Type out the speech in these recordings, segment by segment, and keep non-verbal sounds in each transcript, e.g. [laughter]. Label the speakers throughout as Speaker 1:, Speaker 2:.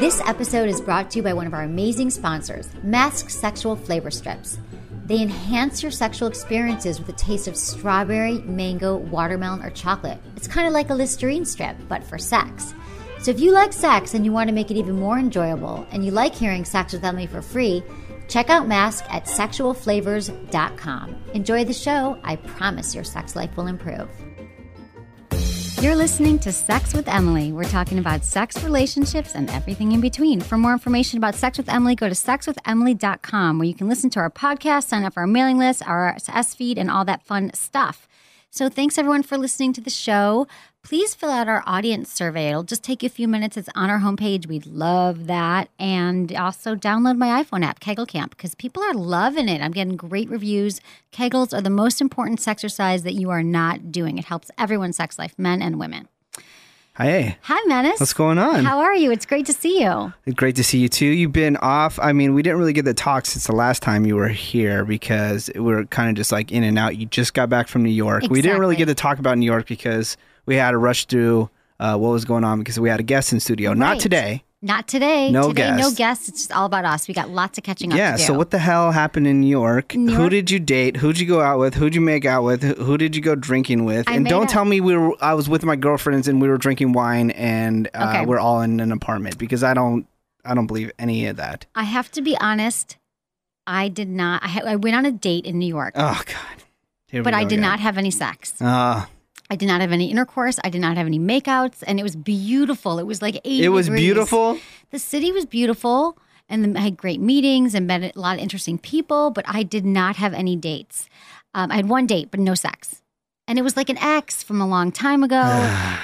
Speaker 1: This episode is brought to you by one of our amazing sponsors, Mask Sexual Flavor Strips. They enhance your sexual experiences with a taste of strawberry, mango, watermelon, or chocolate. It's kind of like a Listerine strip, but for sex. So if you like sex and you want to make it even more enjoyable, and you like hearing Sex with Emily for free, check out Mask at sexualflavors.com. Enjoy the show. I promise your sex life will improve.
Speaker 2: You're listening to Sex with Emily. We're talking about sex, relationships, and everything in between. For more information about Sex with Emily, go to sexwithemily.com where you can listen to our podcast, sign up for our mailing list, our RSS feed, and all that fun stuff. So, thanks everyone for listening to the show. Please fill out our audience survey. It'll just take you a few minutes. It's on our homepage. We'd love that. And also download my iPhone app, Kegel Camp, because people are loving it. I'm getting great reviews. Kegels are the most important exercise that you are not doing. It helps everyone's sex life, men and women.
Speaker 3: Hey.
Speaker 2: Hi, Menace.
Speaker 3: What's going on?
Speaker 2: How are you? It's great to see you.
Speaker 3: Great to see you too. You've been off. I mean, we didn't really get the talk since the last time you were here because we were kind of just like in and out. You just got back from New York. We didn't really
Speaker 2: Exactly.
Speaker 3: get to talk about New York because we had to rush through uh, what was going on because we had a guest in studio. Not
Speaker 2: Right.
Speaker 3: today.
Speaker 2: Not today.
Speaker 3: No
Speaker 2: today, no
Speaker 3: guest.
Speaker 2: guests. It's just all about us. We got lots of catching up
Speaker 3: Yeah.
Speaker 2: to do.
Speaker 3: So what the hell happened in New York?
Speaker 2: New
Speaker 3: Who
Speaker 2: York-
Speaker 3: did you date? Who'd you go out with? Who'd you make out with? Who who did you go drinking with?
Speaker 2: I
Speaker 3: and
Speaker 2: made
Speaker 3: don't
Speaker 2: out-
Speaker 3: tell me we were. I was with my girlfriends and we were drinking wine and uh,
Speaker 2: Okay.
Speaker 3: we're all in an apartment because I don't. I don't believe any of that.
Speaker 2: I have to be honest. I did not. I, ha- I went on a date in New York,
Speaker 3: Oh God. Here we
Speaker 2: but I
Speaker 3: go
Speaker 2: did
Speaker 3: again.
Speaker 2: not have any sex.
Speaker 3: Ah,
Speaker 2: I did not have any intercourse. I did not have any makeouts, and it was beautiful. It was like eighty.
Speaker 3: it was
Speaker 2: degrees.
Speaker 3: beautiful.
Speaker 2: The city was beautiful, and then I had great meetings and met a lot of interesting people. But I did not have any dates. Um, I had one date, but no sex, and it was like an ex from a long time
Speaker 3: [sighs]
Speaker 2: ago,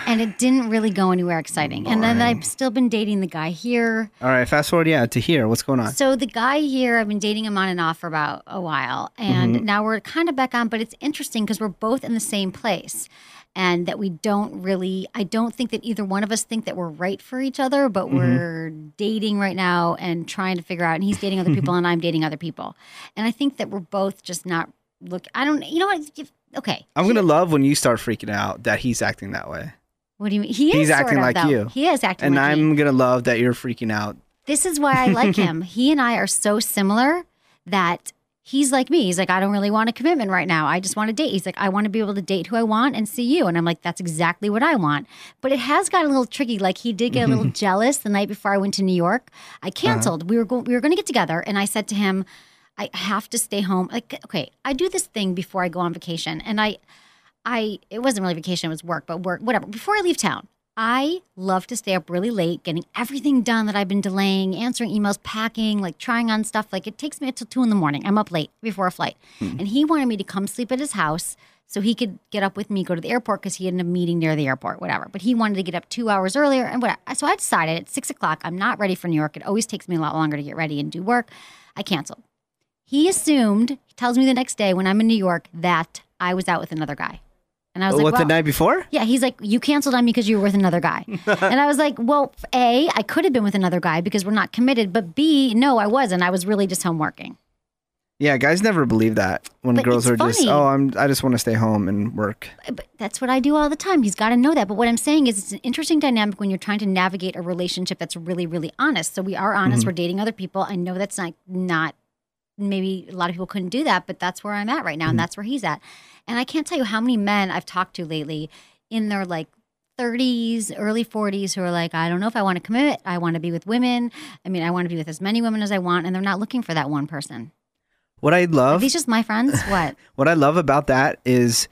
Speaker 2: and it didn't really go anywhere exciting. And then
Speaker 3: Boring.
Speaker 2: I've still been dating the guy here.
Speaker 3: All right, fast forward. Yeah, to here. What's going on?
Speaker 2: So the guy here, I've been dating him on and off for about a while, and
Speaker 3: Mm-hmm.
Speaker 2: now we're kind of back on. But it's interesting because we're both in the same place, and that we don't really. I don't think that either one of us think that we're right for each other, but
Speaker 3: Mm-hmm.
Speaker 2: we're dating right now and trying to figure out. And he's dating other
Speaker 3: [laughs]
Speaker 2: people, and I'm dating other people, and I think that we're both just not look. I don't. You know what? If- okay.
Speaker 3: I'm gonna love when you start freaking out that he's acting that way,
Speaker 2: What do you mean? He is
Speaker 3: He's
Speaker 2: sort
Speaker 3: acting
Speaker 2: of,
Speaker 3: like
Speaker 2: though.
Speaker 3: you.
Speaker 2: He is acting.
Speaker 3: and
Speaker 2: like me.
Speaker 3: I'm gonna love that you're freaking out.
Speaker 2: This is why I like him. he and I are so similar that he's like me. He's like, I don't really want a commitment right now. I just want to date. He's like, I want to be able to date who I want and see you. And I'm like, that's exactly what I want. But it has gotten a little tricky. Like he did get a little jealous the night before I went to New York. I canceled. We were going. We were going to get together, and I said to him, I have to stay home. Like, okay, I do this thing before I go on vacation, and I. I it wasn't really vacation, it was work, but work, whatever. Before I leave town, I love to stay up really late, getting everything done that I've been delaying, answering emails, packing, like trying on stuff. Like it takes me until two in the morning. I'm up late before a flight. And he wanted me to come sleep at his house so he could get up with me, go to the airport because he had a meeting near the airport, whatever. But he wanted to get up two hours earlier and whatever. So I decided at six o'clock, I'm not ready for New York. It always takes me a lot longer to get ready and do work. I canceled. He assumed, he tells me the next day when I'm in New York that I was out with another guy. And I was
Speaker 3: What
Speaker 2: like,
Speaker 3: the
Speaker 2: well,
Speaker 3: Oh, night before?
Speaker 2: yeah, he's like, you canceled on me because you were with another guy. and I was like, well, A, I could have been with another guy because we're not committed. But B, no, I wasn't. I was really just home working.
Speaker 3: Yeah, guys never believe that when
Speaker 2: But
Speaker 3: girls
Speaker 2: it's
Speaker 3: are just,
Speaker 2: funny.
Speaker 3: oh, I'm, I just want to stay home and work.
Speaker 2: But that's what I do all the time. He's got to know that. But what I'm saying is, it's an interesting dynamic when you're trying to navigate a relationship that's really, really honest. So we are honest. We're dating other people. I know that's not not maybe a lot of people couldn't do that, but that's where I'm at right now, and that's where he's at. And I can't tell you how many men I've talked to lately in their like 30s, early 40s who are like, I don't know if I want to commit. I want to be with women. I mean, I want to be with as many women as I want, and they're not looking for that one person.
Speaker 3: What I
Speaker 2: Are
Speaker 3: love,
Speaker 2: these just my friends? What?
Speaker 3: what I love about that is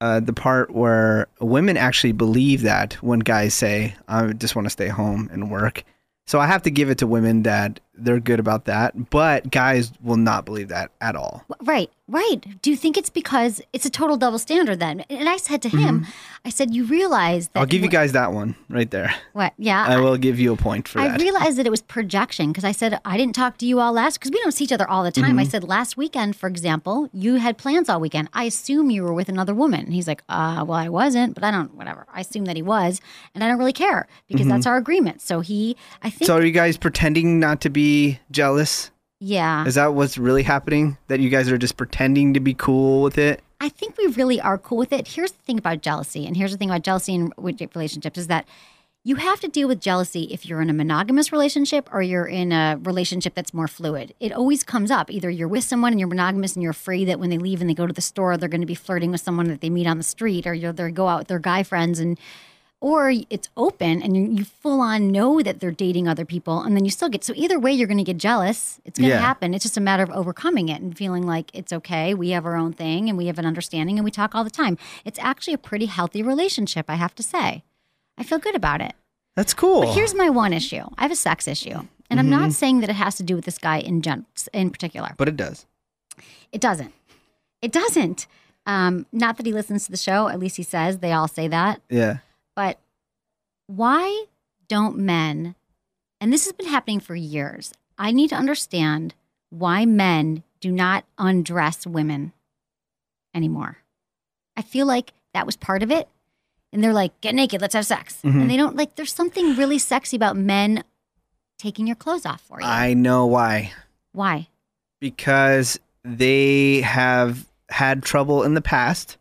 Speaker 3: uh, the part where women actually believe that when guys say, I just want to stay home and work. So I have to give it to women that They're good about that. But guys will not believe that at all.
Speaker 2: Right, right. Do you think it's because it's a total double standard then? And I said to him, I said, you realize that.
Speaker 3: Mm-hmm. I'll give you guys that one right there.
Speaker 2: What? Yeah.
Speaker 3: I will give you a point for
Speaker 2: I
Speaker 3: that.
Speaker 2: realized that it was projection because I said I didn't talk to you all last because we don't see each other all the time. I
Speaker 3: Mm-hmm.
Speaker 2: said last weekend, for example, you had plans all weekend. I assume you were with another woman. And he's like, uh, well, I wasn't, but I don't. Whatever. I assume that he was, and I don't really care because that's our agreement. So he, I think,
Speaker 3: Mm-hmm. so are you guys pretending not to be jealous?
Speaker 2: yeah,
Speaker 3: Is that what's really happening? That you guys are just pretending to be cool with it?
Speaker 2: I think we really are cool with it. Here's the thing about jealousy, and here's the thing about jealousy in with relationships is that you have to deal with jealousy if you're in a monogamous relationship or you're in a relationship that's more fluid. It always comes up. Either you're with someone and you're monogamous and you're afraid that when they leave and they go to the store, they're going to be flirting with someone that they meet on the street, or you're, they go out with their guy friends and or it's open and you- you full on know that they're dating other people and then you still get so either way you're going to get jealous it's going to
Speaker 3: Yeah.
Speaker 2: happen it's just a matter of overcoming it and feeling like it's okay we have our own thing and we have an understanding and we talk all the time it's actually a pretty healthy relationship i have to say i feel good about it
Speaker 3: That's cool. Mm-hmm.
Speaker 2: but here's my one issue i have a sex issue and i'm not saying that it has to do with this guy in gen- in particular
Speaker 3: but it does.
Speaker 2: it doesn't it doesn't um, not that he listens to the show at least he says they all say that
Speaker 3: Yeah.
Speaker 2: but why don't men, and this has been happening for years, I need to understand why men do not undress women anymore. I feel like that was part of it. And they're like, get naked, let's have sex. And they don't like, there's something really sexy about men taking your clothes off for you.
Speaker 3: I know why.
Speaker 2: why?
Speaker 3: because they have had trouble in the past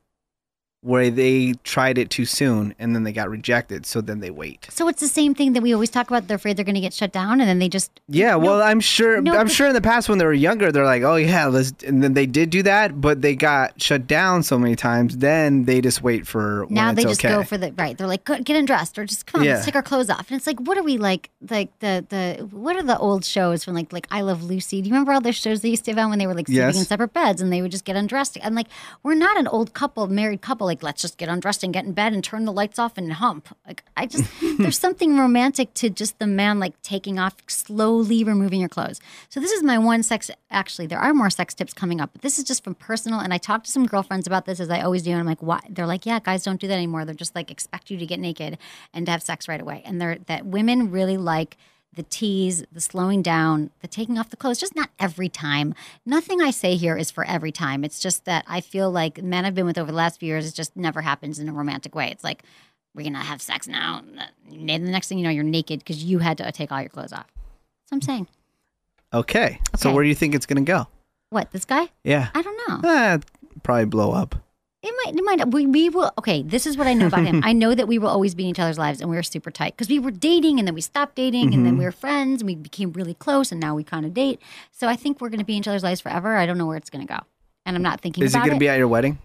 Speaker 3: where they tried it too soon and then they got rejected so then they wait
Speaker 2: So it's the same thing that we always talk about. They're afraid they're going to get shut down and then they just
Speaker 3: yeah well i'm sure
Speaker 2: no,
Speaker 3: i'm
Speaker 2: but-
Speaker 3: sure in the past when they were younger they're like oh yeah let's and then they did do that but they got shut down so many times then they just wait for
Speaker 2: now
Speaker 3: when
Speaker 2: they
Speaker 3: it's
Speaker 2: just
Speaker 3: okay.
Speaker 2: go for the right. They're like, "Go- get undressed, or just come on,
Speaker 3: Yeah.
Speaker 2: let's take our clothes off. And it's like, what are we like, like the the what are the old shows from like like I Love Lucy? Do you remember all those shows they used to have on when they were like sleeping
Speaker 3: Yes.
Speaker 2: in separate beds and they would just get undressed? And like, we're not an old couple, married couple. Like, let's just get undressed and get in bed and turn the lights off and hump. Like, I just there's something romantic to just the man like taking off slowly, removing your clothes. So this is my one sex. Actually, there are more sex tips coming up, but this is just from personal. And I talked to some girlfriends about this as I always do, and I'm like, why? They're like, yeah, guys don't do that anymore. They're just like expect you to get naked and to have sex right away. And they're that women really like the tease, the slowing down, the taking off the clothes, just not every time. Nothing I say here is for every time. It's just that I feel like men I've been with over the last few years, it just never happens in a romantic way. It's like, we're gonna have sex now. And the next thing you know, you're naked because you had to take all your clothes off. That's what I'm saying.
Speaker 3: okay. so
Speaker 2: Okay.
Speaker 3: where do you think it's gonna go
Speaker 2: What, this guy?
Speaker 3: yeah
Speaker 2: I don't know.
Speaker 3: Ah, probably blow up
Speaker 2: It might, it might, we, we will, okay, this is what I know about
Speaker 3: [laughs]
Speaker 2: him. I know that we will always be in each other's lives and we were super tight because we were dating and then we stopped dating and
Speaker 3: Mm-hmm.
Speaker 2: then we were friends and we became really close and now we kind of date. So I think we're going to be in each other's lives forever. I don't know where it's going to go. And I'm not thinking
Speaker 3: is it
Speaker 2: about
Speaker 3: gonna
Speaker 2: it.
Speaker 3: be at your wedding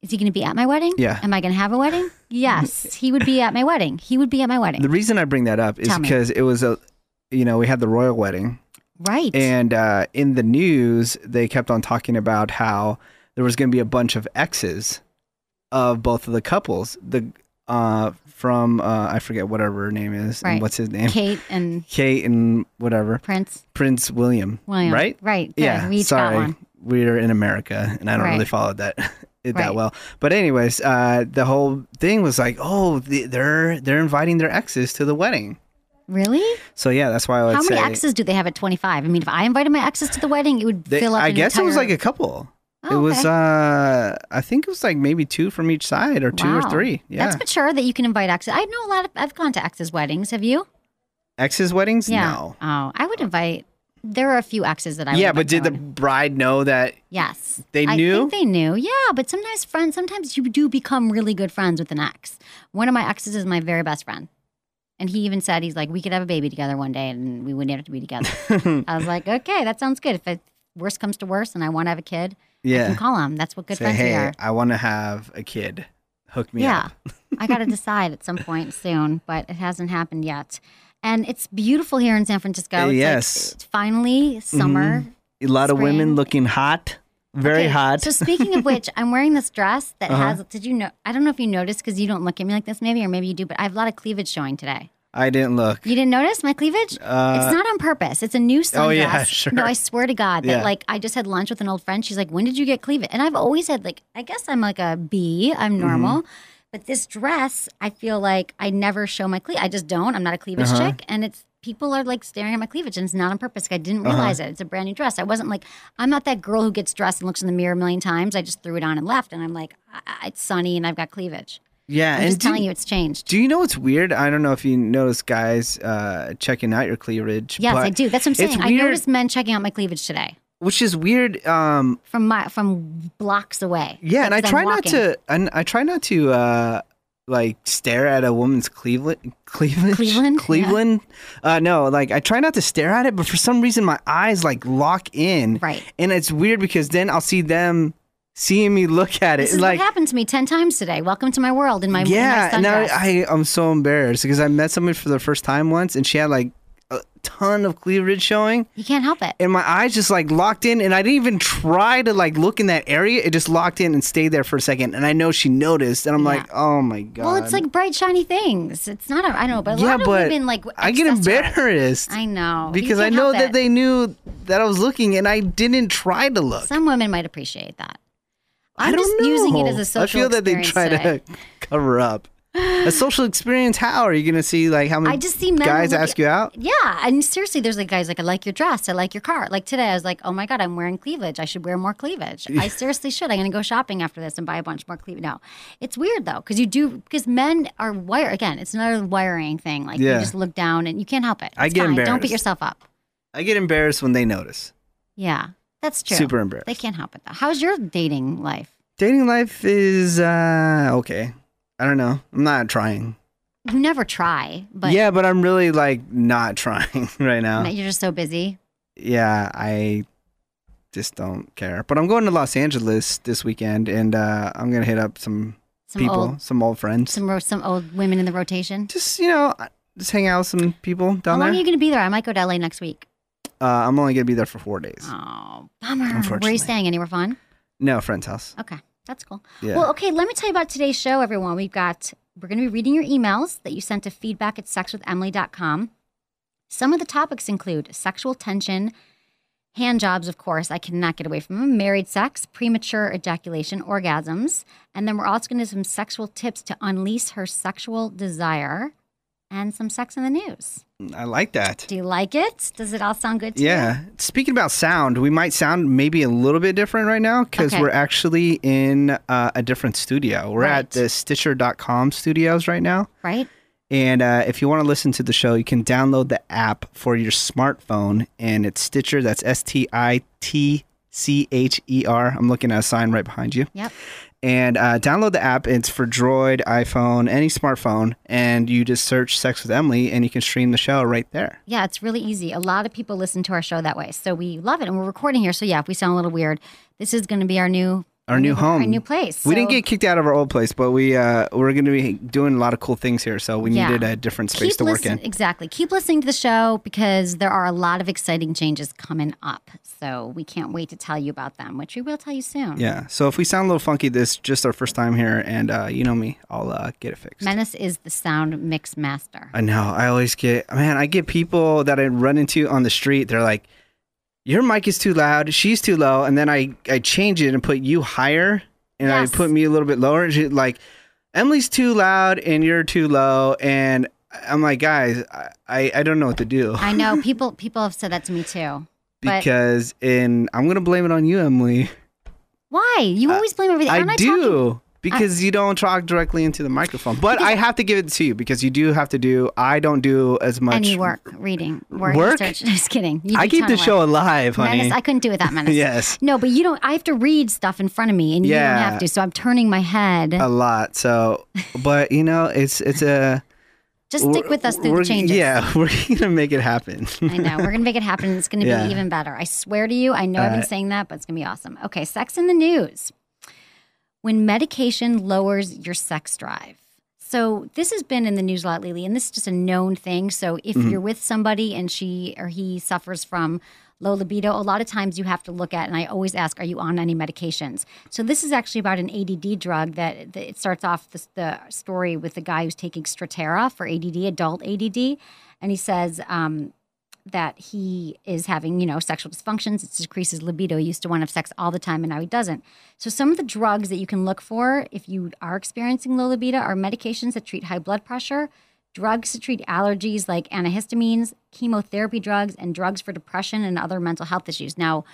Speaker 2: is he going to be at my wedding?
Speaker 3: Yeah.
Speaker 2: Am I going to have a wedding?
Speaker 3: [laughs]
Speaker 2: Yes. he would be at my wedding. He would be at my wedding.
Speaker 3: the reason i bring that up is
Speaker 2: Tell me.
Speaker 3: because it was a you know we had the royal wedding
Speaker 2: right.
Speaker 3: And uh, in the news, they kept on talking about how there was going to be a bunch of exes of both of the couples. The uh, from uh, I forget whatever her name is and
Speaker 2: Right.
Speaker 3: what's his name,
Speaker 2: Kate and
Speaker 3: Kate and whatever
Speaker 2: Prince
Speaker 3: Prince William,
Speaker 2: William.
Speaker 3: right?
Speaker 2: Right. Good.
Speaker 3: Yeah.
Speaker 2: We each
Speaker 3: sorry,
Speaker 2: got one.
Speaker 3: we're in America, and I don't
Speaker 2: Right.
Speaker 3: really follow that [laughs] it
Speaker 2: Right.
Speaker 3: that well. But anyways, uh, the whole thing was like, oh, the, they're they're inviting their exes to the wedding.
Speaker 2: Really?
Speaker 3: So yeah, that's why I would
Speaker 2: How
Speaker 3: say
Speaker 2: many exes do they have at 25? I mean, if I invited my exes to the wedding, it would
Speaker 3: They-
Speaker 2: fill up.
Speaker 3: I
Speaker 2: an
Speaker 3: guess it was
Speaker 2: entire-
Speaker 3: like a couple.
Speaker 2: Oh,
Speaker 3: it was
Speaker 2: okay.
Speaker 3: uh I think it was like maybe two from each side or two or
Speaker 2: Wow.
Speaker 3: three. Yeah.
Speaker 2: That's mature that you can invite exes. I know a lot of, I've gone to exes' weddings. Have you?
Speaker 3: Exes weddings?
Speaker 2: Yeah.
Speaker 3: No.
Speaker 2: Oh, I would invite, there are a few exes that I would
Speaker 3: yeah,
Speaker 2: invite
Speaker 3: but
Speaker 2: to
Speaker 3: did
Speaker 2: my
Speaker 3: the
Speaker 2: wedding.
Speaker 3: bride know that
Speaker 2: Yes.
Speaker 3: They
Speaker 2: I
Speaker 3: knew?
Speaker 2: think they knew. Yeah, but sometimes friends, sometimes you do become really good friends with an ex. One of my exes is my very best friend. And he even said, he's like, we could have a baby together one day and we wouldn't have to be
Speaker 3: [laughs]
Speaker 2: together. I was like, okay, that sounds good. If it, worse comes to worse and I want to have a kid, I
Speaker 3: Yeah.
Speaker 2: can call him. That's what good
Speaker 3: Say,
Speaker 2: friends we
Speaker 3: hey,
Speaker 2: are.
Speaker 3: I wanna have a kid. Hook me
Speaker 2: yeah.
Speaker 3: up. [laughs]
Speaker 2: I got to decide at some point soon, but it hasn't happened yet. And it's beautiful here in San Francisco. It's like-
Speaker 3: Yes.
Speaker 2: it's finally summer.
Speaker 3: A lot of women
Speaker 2: Spring.
Speaker 3: looking hot. Very
Speaker 2: Okay,
Speaker 3: hot. Uh-huh.
Speaker 2: So speaking of which, I'm wearing this dress that has. Did you know? I don't know if you noticed because you don't look at me like this, maybe, or maybe you do. But I have a lot of cleavage showing today.
Speaker 3: [laughs] I didn't look.
Speaker 2: You didn't notice my cleavage?
Speaker 3: Uh,
Speaker 2: it's not on purpose. It's a new sundress.
Speaker 3: Oh, yeah, [laughs] sure.
Speaker 2: No, I swear to God that
Speaker 3: Yeah.
Speaker 2: like I just had lunch with an old friend. She's like, "When did you get cleavage?" And I've always had like, I guess I'm like a B.
Speaker 3: Mm-hmm.
Speaker 2: I'm normal, but this dress, I feel like I never show my cleavage. I just don't. I'm not a cleavage
Speaker 3: Uh-huh.
Speaker 2: chick, and it's people are like staring at my cleavage, and it's not on purpose. I didn't
Speaker 3: Uh-huh.
Speaker 2: realize it. It's a brand new dress. I wasn't like, I'm not that girl who gets dressed and looks in the mirror a million times. I just threw it on and left, and I'm like, I- I- it's sunny and I've got cleavage.
Speaker 3: yeah,
Speaker 2: I'm
Speaker 3: and
Speaker 2: just
Speaker 3: do,
Speaker 2: telling you, it's changed.
Speaker 3: do you know what's weird? I don't know if you notice guys uh, checking out your cleavage.
Speaker 2: Yes,
Speaker 3: but
Speaker 2: I do. That's what I'm
Speaker 3: it's
Speaker 2: saying. I
Speaker 3: weird-
Speaker 2: noticed men checking out my cleavage today
Speaker 3: which is weird. Um,
Speaker 2: from my from blocks away.
Speaker 3: yeah, and I
Speaker 2: Like, 'cause I'm
Speaker 3: try not
Speaker 2: walking.
Speaker 3: to. And I try not to uh, like stare at a woman's Cleveland, Cleveland,
Speaker 2: Cleveland? Yeah.
Speaker 3: Cleveland. Uh, no, like I try not to stare at it, but for some reason my eyes like lock in,
Speaker 2: Right.
Speaker 3: And it's weird because then I'll see them seeing me look at it,
Speaker 2: This is
Speaker 3: like.
Speaker 2: what happened to me ten times today. Welcome to my world in my
Speaker 3: yeah,
Speaker 2: In
Speaker 3: and
Speaker 2: my
Speaker 3: now
Speaker 2: sundress.
Speaker 3: I, I'm so embarrassed because I met someone for the first time once, and she had like a ton of cleavage showing,
Speaker 2: you can't help it.
Speaker 3: and my eyes just like locked in, and I didn't even try to like look in that area. It just locked in and stayed there for a second, and I know she noticed, and I'm like, oh my god.
Speaker 2: Well, it's like bright shiny things. It's not. A, I know, but a
Speaker 3: yeah,
Speaker 2: lot
Speaker 3: but
Speaker 2: of women like
Speaker 3: I get
Speaker 2: accessorize.
Speaker 3: embarrassed
Speaker 2: I know but you
Speaker 3: because I
Speaker 2: can't
Speaker 3: know
Speaker 2: help
Speaker 3: that
Speaker 2: it.
Speaker 3: they knew that I was looking, and I didn't try to look.
Speaker 2: Some women might appreciate that.
Speaker 3: I
Speaker 2: I'm
Speaker 3: don't
Speaker 2: just
Speaker 3: know.
Speaker 2: using it as a social.
Speaker 3: I feel that they
Speaker 2: experience
Speaker 3: try
Speaker 2: today.
Speaker 3: to [laughs] cover up. A social experience. How are you going to see like how many
Speaker 2: I just see men
Speaker 3: guys
Speaker 2: look-
Speaker 3: ask you out?
Speaker 2: Yeah, and seriously, there's like guys like I like your dress, I like your car. Like today, I was like, oh my god, I'm wearing cleavage. I should wear more cleavage. I seriously should. I'm gonna go shopping after this and buy a bunch more cleavage. No, it's weird though because you do because men are wire again. It's another wiring thing. Like
Speaker 3: Yeah.
Speaker 2: you just look down and you can't help it.
Speaker 3: I
Speaker 2: It's
Speaker 3: get
Speaker 2: fine. Don't beat
Speaker 3: embarrassed.
Speaker 2: yourself up.
Speaker 3: I get embarrassed when they notice.
Speaker 2: Yeah, that's true.
Speaker 3: Super embarrassed.
Speaker 2: They can't help it though. How's your dating life?
Speaker 3: Dating life is uh okay. I don't know. I'm not trying.
Speaker 2: You never try, but
Speaker 3: yeah, but I'm really like not [laughs] trying right now.
Speaker 2: you're just so busy.
Speaker 3: Yeah, I just don't care. But I'm going to Los Angeles this weekend and uh I'm going to hit up some,
Speaker 2: Some
Speaker 3: people,
Speaker 2: old,
Speaker 3: some old friends.
Speaker 2: some ro- some old women in the rotation.
Speaker 3: Just, you know, just hang out with some people
Speaker 2: How
Speaker 3: down
Speaker 2: long
Speaker 3: there.
Speaker 2: are you gonna be there? I might go to LA next week.
Speaker 3: uh, I'm only going to be there for 4 days.
Speaker 2: Oh, bummer. Where are
Speaker 3: Unfortunately.
Speaker 2: you staying? Anywhere fun?
Speaker 3: No, friend's house.
Speaker 2: Okay, that's cool.
Speaker 3: Yeah.
Speaker 2: Well, okay, let me tell you about today's show, everyone. We've got, we're going to be reading your emails that you sent to feedback at sexwithemily.com. Some of the topics include sexual tension, hand jobs, of course, I cannot get away from them, married sex, premature ejaculation, orgasms. And then we're also going to do some sexual tips to unleash her sexual desire and some sex in the news.
Speaker 3: Mm, I like that.
Speaker 2: Do you like it? Does it all sound good to you?
Speaker 3: Yeah. Speaking about sound, we might sound maybe a little bit different right now because
Speaker 2: Okay.
Speaker 3: we're actually in uh, a different studio. We're at
Speaker 2: Right.
Speaker 3: the Stitcher.com studios right now.
Speaker 2: Right?
Speaker 3: And uh, if you want to listen to the show, you can download the app for your smartphone, and it's Stitcher. That's S T I T C H E R. I'm looking at a sign right behind you.
Speaker 2: Yep.
Speaker 3: And uh, download the app. It's for Droid, iPhone, any smartphone, and you just search "Sex with Emily" and you can stream the show right there.
Speaker 2: Yeah, it's really easy. A lot of people listen to our show that way. So we love it. And we're recording here. So yeah, if we sound a little weird, this is going to be our new
Speaker 3: Our new home.
Speaker 2: Mm-hmm. Our new place.
Speaker 3: We didn't
Speaker 2: So
Speaker 3: get kicked out of our old place, but we uh, we're going to be doing a lot of cool things here. So we
Speaker 2: Yeah.
Speaker 3: needed a different space
Speaker 2: keep
Speaker 3: to work
Speaker 2: listen-
Speaker 3: in.
Speaker 2: Exactly. Keep listening to the show because there are a lot of exciting changes coming up. So we can't wait to tell you about them, which we will tell you soon.
Speaker 3: Yeah. So if we sound a little funky, this is just our first time here, and uh, you know me, I'll uh, get it fixed.
Speaker 2: Menace is the sound mix master.
Speaker 3: I know. I always get man. I get people that I run into on the street. They're like, "Your mic is too loud. She's too low." And then I I change it and put you higher, and
Speaker 2: Yes.
Speaker 3: I put me a little bit lower. And she, like, Emily's too loud and you're too low. And I'm like, guys, I I, I don't know what to do.
Speaker 2: I
Speaker 3: [laughs]
Speaker 2: know people people have said that to me too. But
Speaker 3: because and I'm gonna blame it on you, Emily.
Speaker 2: why? You always blame everything.
Speaker 3: Uh, I
Speaker 2: Aren't I
Speaker 3: do
Speaker 2: talking-
Speaker 3: because you don't talk directly into the microphone. But I have to give it to you because you do have to do. I don't do as much
Speaker 2: Any work, reading, work,
Speaker 3: Work?
Speaker 2: research. [laughs] Just kidding. You
Speaker 3: I
Speaker 2: do
Speaker 3: keep
Speaker 2: ton
Speaker 3: the
Speaker 2: of work.
Speaker 3: show alive, honey.
Speaker 2: Menace. I couldn't do it that menace.
Speaker 3: [laughs] Yes.
Speaker 2: No, but you don't. I have to read stuff in front of me, and you
Speaker 3: Yeah. Uh,
Speaker 2: don't have to. So I'm turning my head.
Speaker 3: a lot. So, but you know, it's it's a
Speaker 2: Just stick with us through
Speaker 3: we're-
Speaker 2: the changes.
Speaker 3: Yeah, [laughs] we're gonna make it happen.
Speaker 2: I know. We're gonna make it happen. and It's gonna
Speaker 3: Yeah.
Speaker 2: be even better. I swear to you. I know I've been
Speaker 3: Alright.
Speaker 2: saying that, but it's gonna be awesome. Okay, sex in the news. When medication lowers your sex drive. So this has been in the news a lot lately, and this is just a known thing. So if you're with somebody and she or he suffers from low libido, a lot of times you have to look at, and I always ask, are you on any medications? So this is actually about an ADD drug that, that it starts off the, the story with the guy who's taking Stratera for ADD, adult ADD, and he says um, that he is having, you know, sexual dysfunctions. It decreases libido. He used to want to have sex all the time, and now he doesn't. So some of the drugs that you can look for if you are experiencing low libido are medications that treat high blood pressure, drugs to treat allergies like antihistamines, chemotherapy drugs, and drugs for depression and other mental health issues. Now,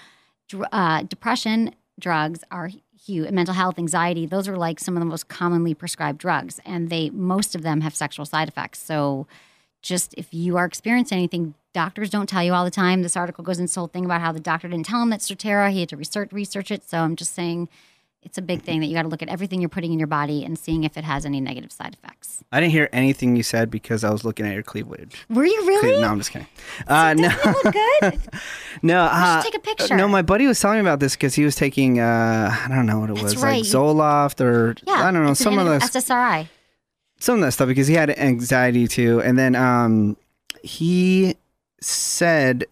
Speaker 2: dr- uh, depression drugs are huge, mental health, anxiety, those are like some of the most commonly prescribed drugs, and they most of them have sexual side effects. So, just if you are experiencing anything, doctors don't tell you all the time. This article goes into this whole thing about how the doctor didn't tell him that Stratera, he had to research research it. So I'm just saying. It's a big thing that you got to look at everything you're putting in your body and seeing if it has any negative side effects.
Speaker 3: I didn't hear anything you said because I was looking at your cleavage.
Speaker 2: Were you really?
Speaker 3: Cle- No, I'm just kidding. Uh, no,
Speaker 2: Doesn't
Speaker 3: [laughs]
Speaker 2: it look good?
Speaker 3: no. Uh,
Speaker 2: take a picture.
Speaker 3: No, my buddy was telling me about this because he was taking uh, I don't know what it
Speaker 2: That's
Speaker 3: was,
Speaker 2: right.
Speaker 3: like Zoloft or
Speaker 2: Yeah,
Speaker 3: I don't know
Speaker 2: it's an
Speaker 3: some of
Speaker 2: anti-
Speaker 3: the
Speaker 2: SSRI.
Speaker 3: some of that stuff because he had anxiety too. And then um, he said,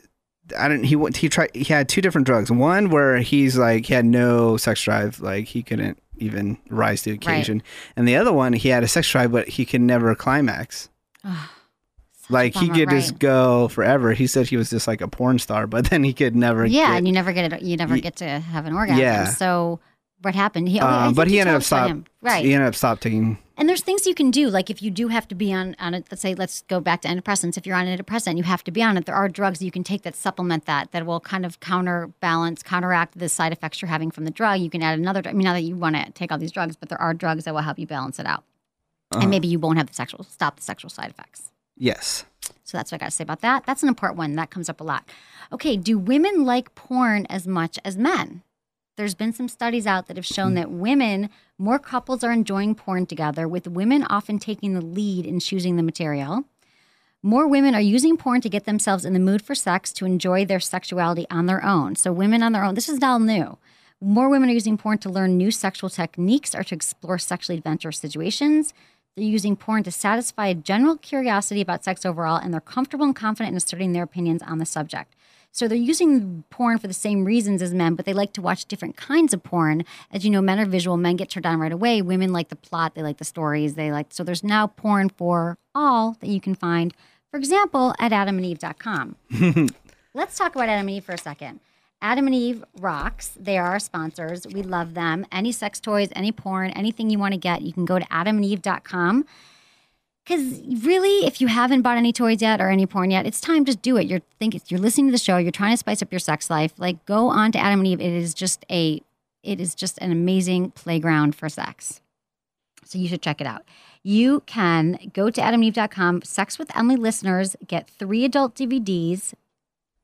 Speaker 3: I don't. He went. He tried. He had two different drugs. One where he's like he had no sex drive, like he couldn't even rise to occasion. And the other one, he had a sex drive, but he could never climax. Like he
Speaker 2: bummer,
Speaker 3: could just
Speaker 2: right.
Speaker 3: go forever. He said he was just like a porn star, but [laughs] then he could never.
Speaker 2: Yeah,
Speaker 3: get-
Speaker 2: and you never get it. You never
Speaker 3: Ye-
Speaker 2: get to have an orgasm.
Speaker 3: Yeah.
Speaker 2: So what happened? He, oh, I
Speaker 3: um,
Speaker 2: think
Speaker 3: but he
Speaker 2: you
Speaker 3: ended up
Speaker 2: talked about
Speaker 3: stop.
Speaker 2: him. Right.
Speaker 3: He ended up stop taking.
Speaker 2: And there's things you can do. Like if you do have to be on on it, let's say let's go back to antidepressants. If you're on antidepressant, you have to be on it. There are drugs that you can take that supplement that that will kind of counterbalance, counteract the side effects you're having from the drug. You can add another. drug. I mean, not that you want to take all these drugs, but there are drugs that will help you balance it out. And maybe you won't have the sexual stop the sexual side effects.
Speaker 3: Yes.
Speaker 2: So that's what I got to say about that. That's an important one that comes up a lot. Okay, do women like porn as much as men? There's been some studies out that have shown that women, more couples are enjoying porn together, with women often taking the lead in choosing the material. More women are using porn to get themselves in the mood for sex to enjoy their sexuality on their own. So, women on their own, this is all new. More women are using porn to learn new sexual techniques or to explore sexually adventurous situations. They're using porn to satisfy a general curiosity about sex overall, and they're comfortable and confident in asserting their opinions on the subject. So they're using porn for the same reasons as men, but they like to watch different kinds of porn. As you know, men are visual, men get turned on right away. Women like the plot, they like the stories, they like so there's now porn for all that you can find. For example, at adamandeve.com. Let's talk about Adam and Eve for a second. Adam and Eve rocks. They are our sponsors. We love them. Any sex toys, any porn, anything you want to get, you can go to adamandeve.com. Because really, if you haven't bought any toys yet or any porn yet, it's time to do it. You're thinking, you're listening to the show, you're trying to spice up your sex life. Like, go on to Adam and Eve. It is just a, it is just an amazing playground for sex. So you should check it out. You can go to adamandeve.com. Sex with Emily listeners get three adult DVDs,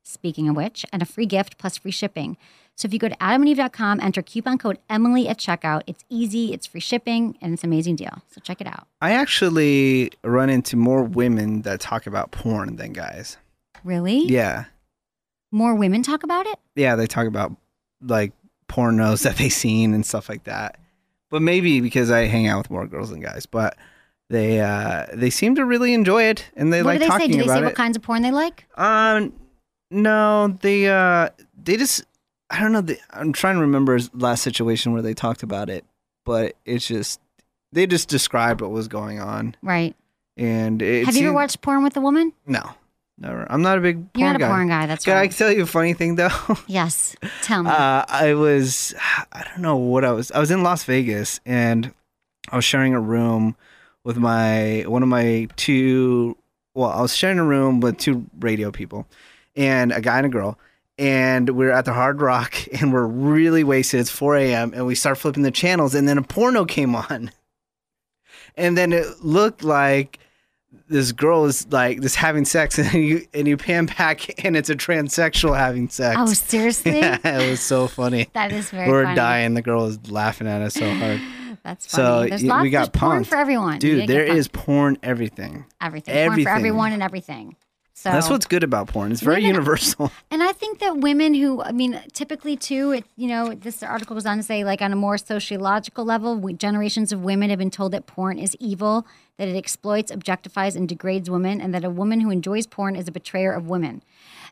Speaker 2: speaking of which, and a free gift plus free shipping. So if you go to adamandeve.com, enter coupon code Emily at checkout. It's easy, it's free shipping, and it's an amazing deal. So check it out.
Speaker 3: I actually run into more women that talk about porn than guys.
Speaker 2: Really?
Speaker 3: Yeah.
Speaker 2: More women talk about it?
Speaker 3: Yeah, they talk about like pornos that they've seen and stuff like that. But maybe because I hang out with more girls than guys, but they uh they seem to really enjoy it and they
Speaker 2: what
Speaker 3: like
Speaker 2: do they say?
Speaker 3: talking
Speaker 2: Do they
Speaker 3: about
Speaker 2: say
Speaker 3: it.
Speaker 2: what kinds of porn they like?
Speaker 3: Um, no, they uh, they just I don't know. They, I'm trying to remember his last situation where they talked about it, but it's just they just described what was going on,
Speaker 2: Right.
Speaker 3: and it
Speaker 2: Have you ever
Speaker 3: seemed-
Speaker 2: watched porn with a woman?
Speaker 3: No, never. I'm not a big porn
Speaker 2: You're not a
Speaker 3: guy.
Speaker 2: porn guy. That's
Speaker 3: Can I
Speaker 2: right.
Speaker 3: tell you a funny thing though? [laughs]
Speaker 2: Yes. Tell me.
Speaker 3: Uh, I was, I don't know what I was. I was in Las Vegas and I was sharing a room with my one of my two. Well, I was sharing a room with two radio people, and a guy and a girl. And we we're at the Hard Rock, [laughs] and we're really wasted. It's 4 a.m., and we start flipping the channels, and then a porno came on, [laughs] and then it looked like this girl is like this having sex, [laughs] and you and you pan back, [laughs] and it's a transsexual having sex.
Speaker 2: oh, seriously?
Speaker 3: [laughs] Yeah, it was so funny.
Speaker 2: [laughs] That is very
Speaker 3: we were
Speaker 2: funny.
Speaker 3: dying. The girl was laughing at us so hard.
Speaker 2: That's
Speaker 3: so
Speaker 2: funny. There's
Speaker 3: y-
Speaker 2: lots
Speaker 3: we got
Speaker 2: there's porn
Speaker 3: punked.
Speaker 2: for everyone. You
Speaker 3: Dude,
Speaker 2: get
Speaker 3: there
Speaker 2: punked.
Speaker 3: is porn everything.
Speaker 2: everything. Porn
Speaker 3: everything.
Speaker 2: for everyone and everything. So
Speaker 3: That's what's good about porn. It's very
Speaker 2: Women-
Speaker 3: universal. [laughs]
Speaker 2: And I think that women who, I mean, typically too, it, you know, this article goes on to say, like on a more sociological level, we, generations of women have been told that porn is evil, that it exploits, objectifies, and degrades women, and that a woman who enjoys porn is a betrayer of women.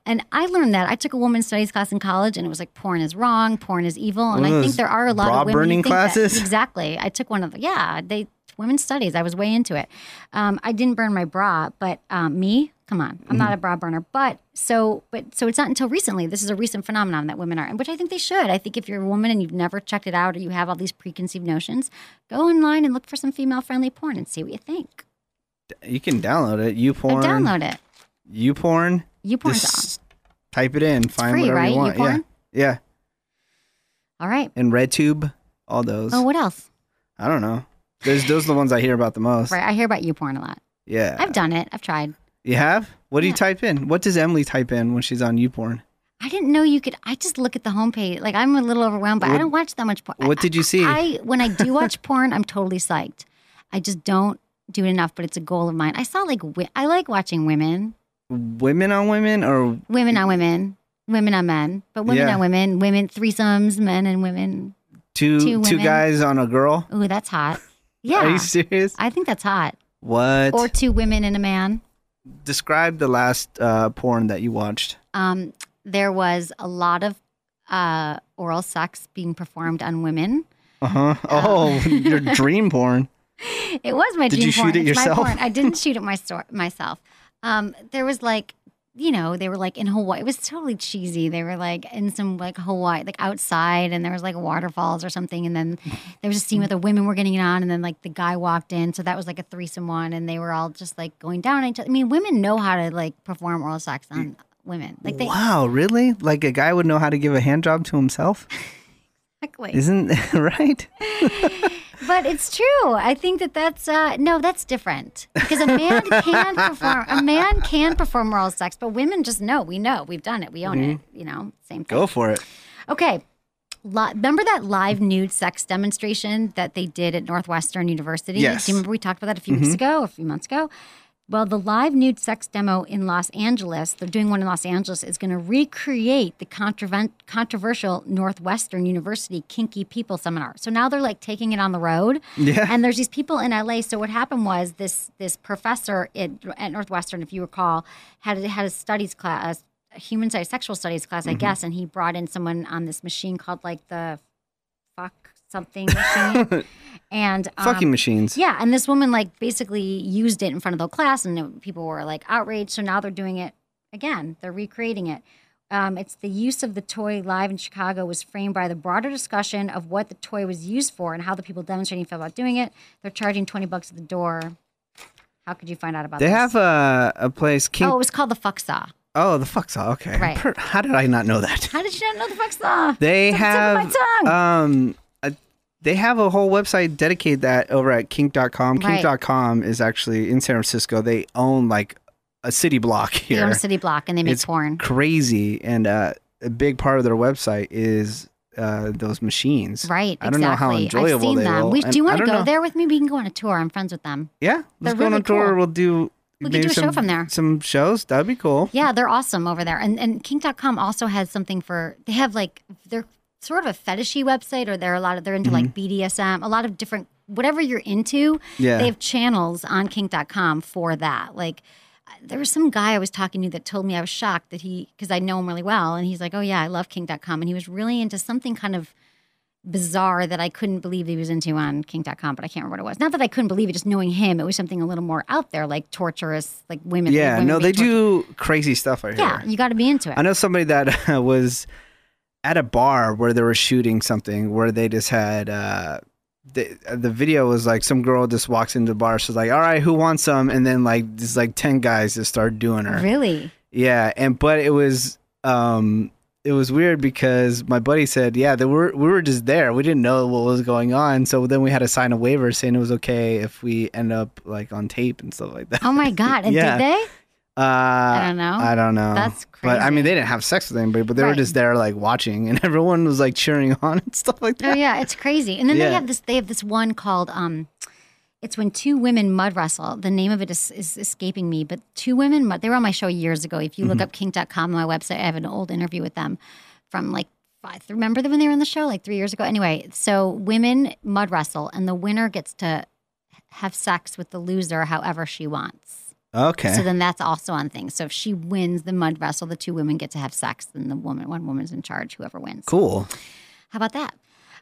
Speaker 2: And I learned that I took a women's studies class in college, and it was like porn is wrong, porn is evil, and
Speaker 3: One of
Speaker 2: I
Speaker 3: those
Speaker 2: think there are a lot
Speaker 3: bra
Speaker 2: of women who
Speaker 3: burning
Speaker 2: think that-
Speaker 3: classes?
Speaker 2: exactly. I took one of the yeah they women's studies. I was way into it. Um, I didn't burn my bra, but um, me, come on, I'm not a
Speaker 3: Mm-hmm.
Speaker 2: bra burner. But so, but so it's not until recently. This is a recent phenomenon that women are, and which I think they should. I think if you're a woman and you've never checked it out or you have all these preconceived notions, go online and look for some female friendly porn and see what you think.
Speaker 3: You can download it. You
Speaker 2: Or
Speaker 3: porn.
Speaker 2: download it.
Speaker 3: You porn.
Speaker 2: You porn.
Speaker 3: Just type it in. find
Speaker 2: free,
Speaker 3: whatever
Speaker 2: right?
Speaker 3: you want. Yeah.
Speaker 2: YouPorn?
Speaker 3: Yeah.
Speaker 2: All right.
Speaker 3: And RedTube. All those.
Speaker 2: Oh, what else?
Speaker 3: I don't know. Those those are the ones I hear about the most.
Speaker 2: Right. I hear about you porn a lot.
Speaker 3: Yeah.
Speaker 2: I've done it. I've tried.
Speaker 3: you have? What do you type in? What does Emily type in when she's on YouPorn?
Speaker 2: I didn't know you could. I just look at the homepage. Like I'm a little overwhelmed, but I
Speaker 3: What-
Speaker 2: don't watch that much porn.
Speaker 3: what did you see?
Speaker 2: I when I do
Speaker 3: [laughs]
Speaker 2: watch porn, I'm totally psyched. I just don't do it enough, but it's a goal of mine. I saw like wi- I like watching women,
Speaker 3: Women on women or
Speaker 2: women on women, women on men, but women
Speaker 3: Yeah.
Speaker 2: on women, women threesomes, men and women.
Speaker 3: two
Speaker 2: Two
Speaker 3: two
Speaker 2: women.
Speaker 3: guys on a girl?
Speaker 2: Ooh, that's hot.
Speaker 3: Are
Speaker 2: Yeah,
Speaker 3: you serious?
Speaker 2: I think that's hot.
Speaker 3: What?
Speaker 2: Or two women and a man.
Speaker 3: Describe the last uh, porn that you watched.
Speaker 2: um, there was a lot of uh, oral sex being performed on women.
Speaker 3: Uh huh. Oh, [laughs] your dream porn.
Speaker 2: It was my
Speaker 3: Did
Speaker 2: dream
Speaker 3: you shoot
Speaker 2: porn.
Speaker 3: it
Speaker 2: It's my
Speaker 3: yourself?
Speaker 2: porn. I
Speaker 3: [laughs]
Speaker 2: didn't shoot it my sto- myself. Um, there was like, you know, they were like in Hawaii. It was totally cheesy. They were like in some like Hawaii, like outside, and there was like waterfalls or something. And then there was a scene where the women were getting it on, and then like the guy walked in. So that was like a threesome one, and they were all just like going down on each other. I mean, women know how to like perform oral sex on women. Like they
Speaker 3: Wow, really? Like a guy would know how to give a hand job to himself?
Speaker 2: exactly.
Speaker 3: Isn't [laughs] right?
Speaker 2: But it's true. I think that that's uh, no, that's different because a man can perform. A man can perform oral sex, but women just know. We know. We've done it. We own it. You know, same thing.
Speaker 3: Go for it.
Speaker 2: Okay. Li- remember that live nude sex demonstration that they did at Northwestern University?
Speaker 3: Yes.
Speaker 2: Do you remember we talked about that a few weeks ago, a few months ago? Well, the live nude sex demo in Los Angeles, they're doing one in Los Angeles, is going to recreate the controven- controversial Northwestern University Kinky People Seminar. So now they're like taking it on the road.
Speaker 3: Yeah.
Speaker 2: And there's these people in LA. So what happened was this this professor at, at Northwestern, if you recall, had had a studies class, a human studies, sexual studies class, I guess, and he brought in someone on this machine called like the fuck something machine, and um,
Speaker 3: Fucking machines.
Speaker 2: yeah, and this woman like basically used it in front of the class, and it- people were like outraged. So now they're doing it again. They're recreating it. Um, it's the use of the toy live in Chicago was framed by the broader discussion of what the toy was used for and how the people demonstrating feel about doing it. They're charging twenty bucks at the door. How could you find out about?
Speaker 3: They
Speaker 2: this?
Speaker 3: have a, a place. King-
Speaker 2: Oh, it
Speaker 3: oh.
Speaker 2: was called the fuck saw.
Speaker 3: the fuck's all okay.
Speaker 2: Right.
Speaker 3: Per- How did I not know that?
Speaker 2: How did you not know the fuck saw?
Speaker 3: They
Speaker 2: It's
Speaker 3: have
Speaker 2: on the tip of my tongue.
Speaker 3: um a, they have a whole website dedicated that over at kink.com.
Speaker 2: Right.
Speaker 3: Kink.com is actually in San Francisco. They own like a city block
Speaker 2: They own
Speaker 3: here.
Speaker 2: a city block and they make
Speaker 3: It's
Speaker 2: porn.
Speaker 3: Crazy and uh, a big part of their website is uh, those machines.
Speaker 2: Right,
Speaker 3: I don't know how
Speaker 2: exactly.
Speaker 3: enjoyable
Speaker 2: I've seen
Speaker 3: they
Speaker 2: them.
Speaker 3: will-
Speaker 2: We, do
Speaker 3: and
Speaker 2: you
Speaker 3: I
Speaker 2: want to
Speaker 3: don't
Speaker 2: go
Speaker 3: know.
Speaker 2: there with me? We can go on a tour. I'm friends with them.
Speaker 3: Yeah,
Speaker 2: They're
Speaker 3: let's go on
Speaker 2: really
Speaker 3: a tour.
Speaker 2: cool.
Speaker 3: We'll do
Speaker 2: We could
Speaker 3: maybe
Speaker 2: do a show
Speaker 3: some,
Speaker 2: from there.
Speaker 3: Some shows that'd be cool.
Speaker 2: Yeah, they're awesome over there. And and kink.com also has something for they have like they're sort of a fetishy website or they're a lot of they're into
Speaker 3: Mm-hmm.
Speaker 2: like BDSM, a lot of different whatever you're into.
Speaker 3: Yeah.
Speaker 2: They have channels on kink.com for that. Like uh, there was some guy I was talking to that told me I was shocked that he because I know him really well and he's like, "Oh yeah, I love kink.com." And he was really into something kind of bizarre that I couldn't believe he was into on kink.com, but I can't remember what it was. Not that I couldn't believe it, just knowing him, it was something a little more out there like torturous, like women.
Speaker 3: Yeah,
Speaker 2: women
Speaker 3: no,
Speaker 2: being
Speaker 3: they
Speaker 2: tortured.
Speaker 3: do crazy stuff. I hear.
Speaker 2: Yeah, you got to be into it.
Speaker 3: I know somebody that [laughs] uh, was at a bar where they were shooting something where they just had uh, the the video was like some girl just walks into the bar, she's like, "All right, who wants some?" And then like just like ten guys just start doing her.
Speaker 2: Really?
Speaker 3: Yeah, and but it was um it was weird because my buddy said, "Yeah, they were we were just there. We didn't know what was going on, so then we had to sign a waiver saying it was okay if we end up like on tape and stuff like that."
Speaker 2: Oh my God. And
Speaker 3: Yeah.
Speaker 2: did they?
Speaker 3: Uh, I
Speaker 2: don't know.
Speaker 3: I don't know.
Speaker 2: That's
Speaker 3: But I
Speaker 2: crazy.
Speaker 3: mean, they didn't have sex with anybody, but they were
Speaker 2: Right.
Speaker 3: just there like watching, and [laughs] everyone was like cheering [laughs] on and stuff like
Speaker 2: Oh
Speaker 3: that.
Speaker 2: yeah, it's crazy. And then
Speaker 3: Yeah.
Speaker 2: they have this they have this one called um It's when two women mud wrestle. The name of it is, is escaping me, but two women mud. They were on my show years ago. If you look up kink.com on my website, I have an old interview with them from like five. Remember when they were on the show like three years ago? Anyway, so women mud wrestle, and the winner gets to have sex with the loser however she wants.
Speaker 3: Okay.
Speaker 2: So then that's also on things. So if she wins the mud wrestle, the two women get to have sex. Then the woman, one woman's in charge. Whoever wins.
Speaker 3: cool.
Speaker 2: How about that?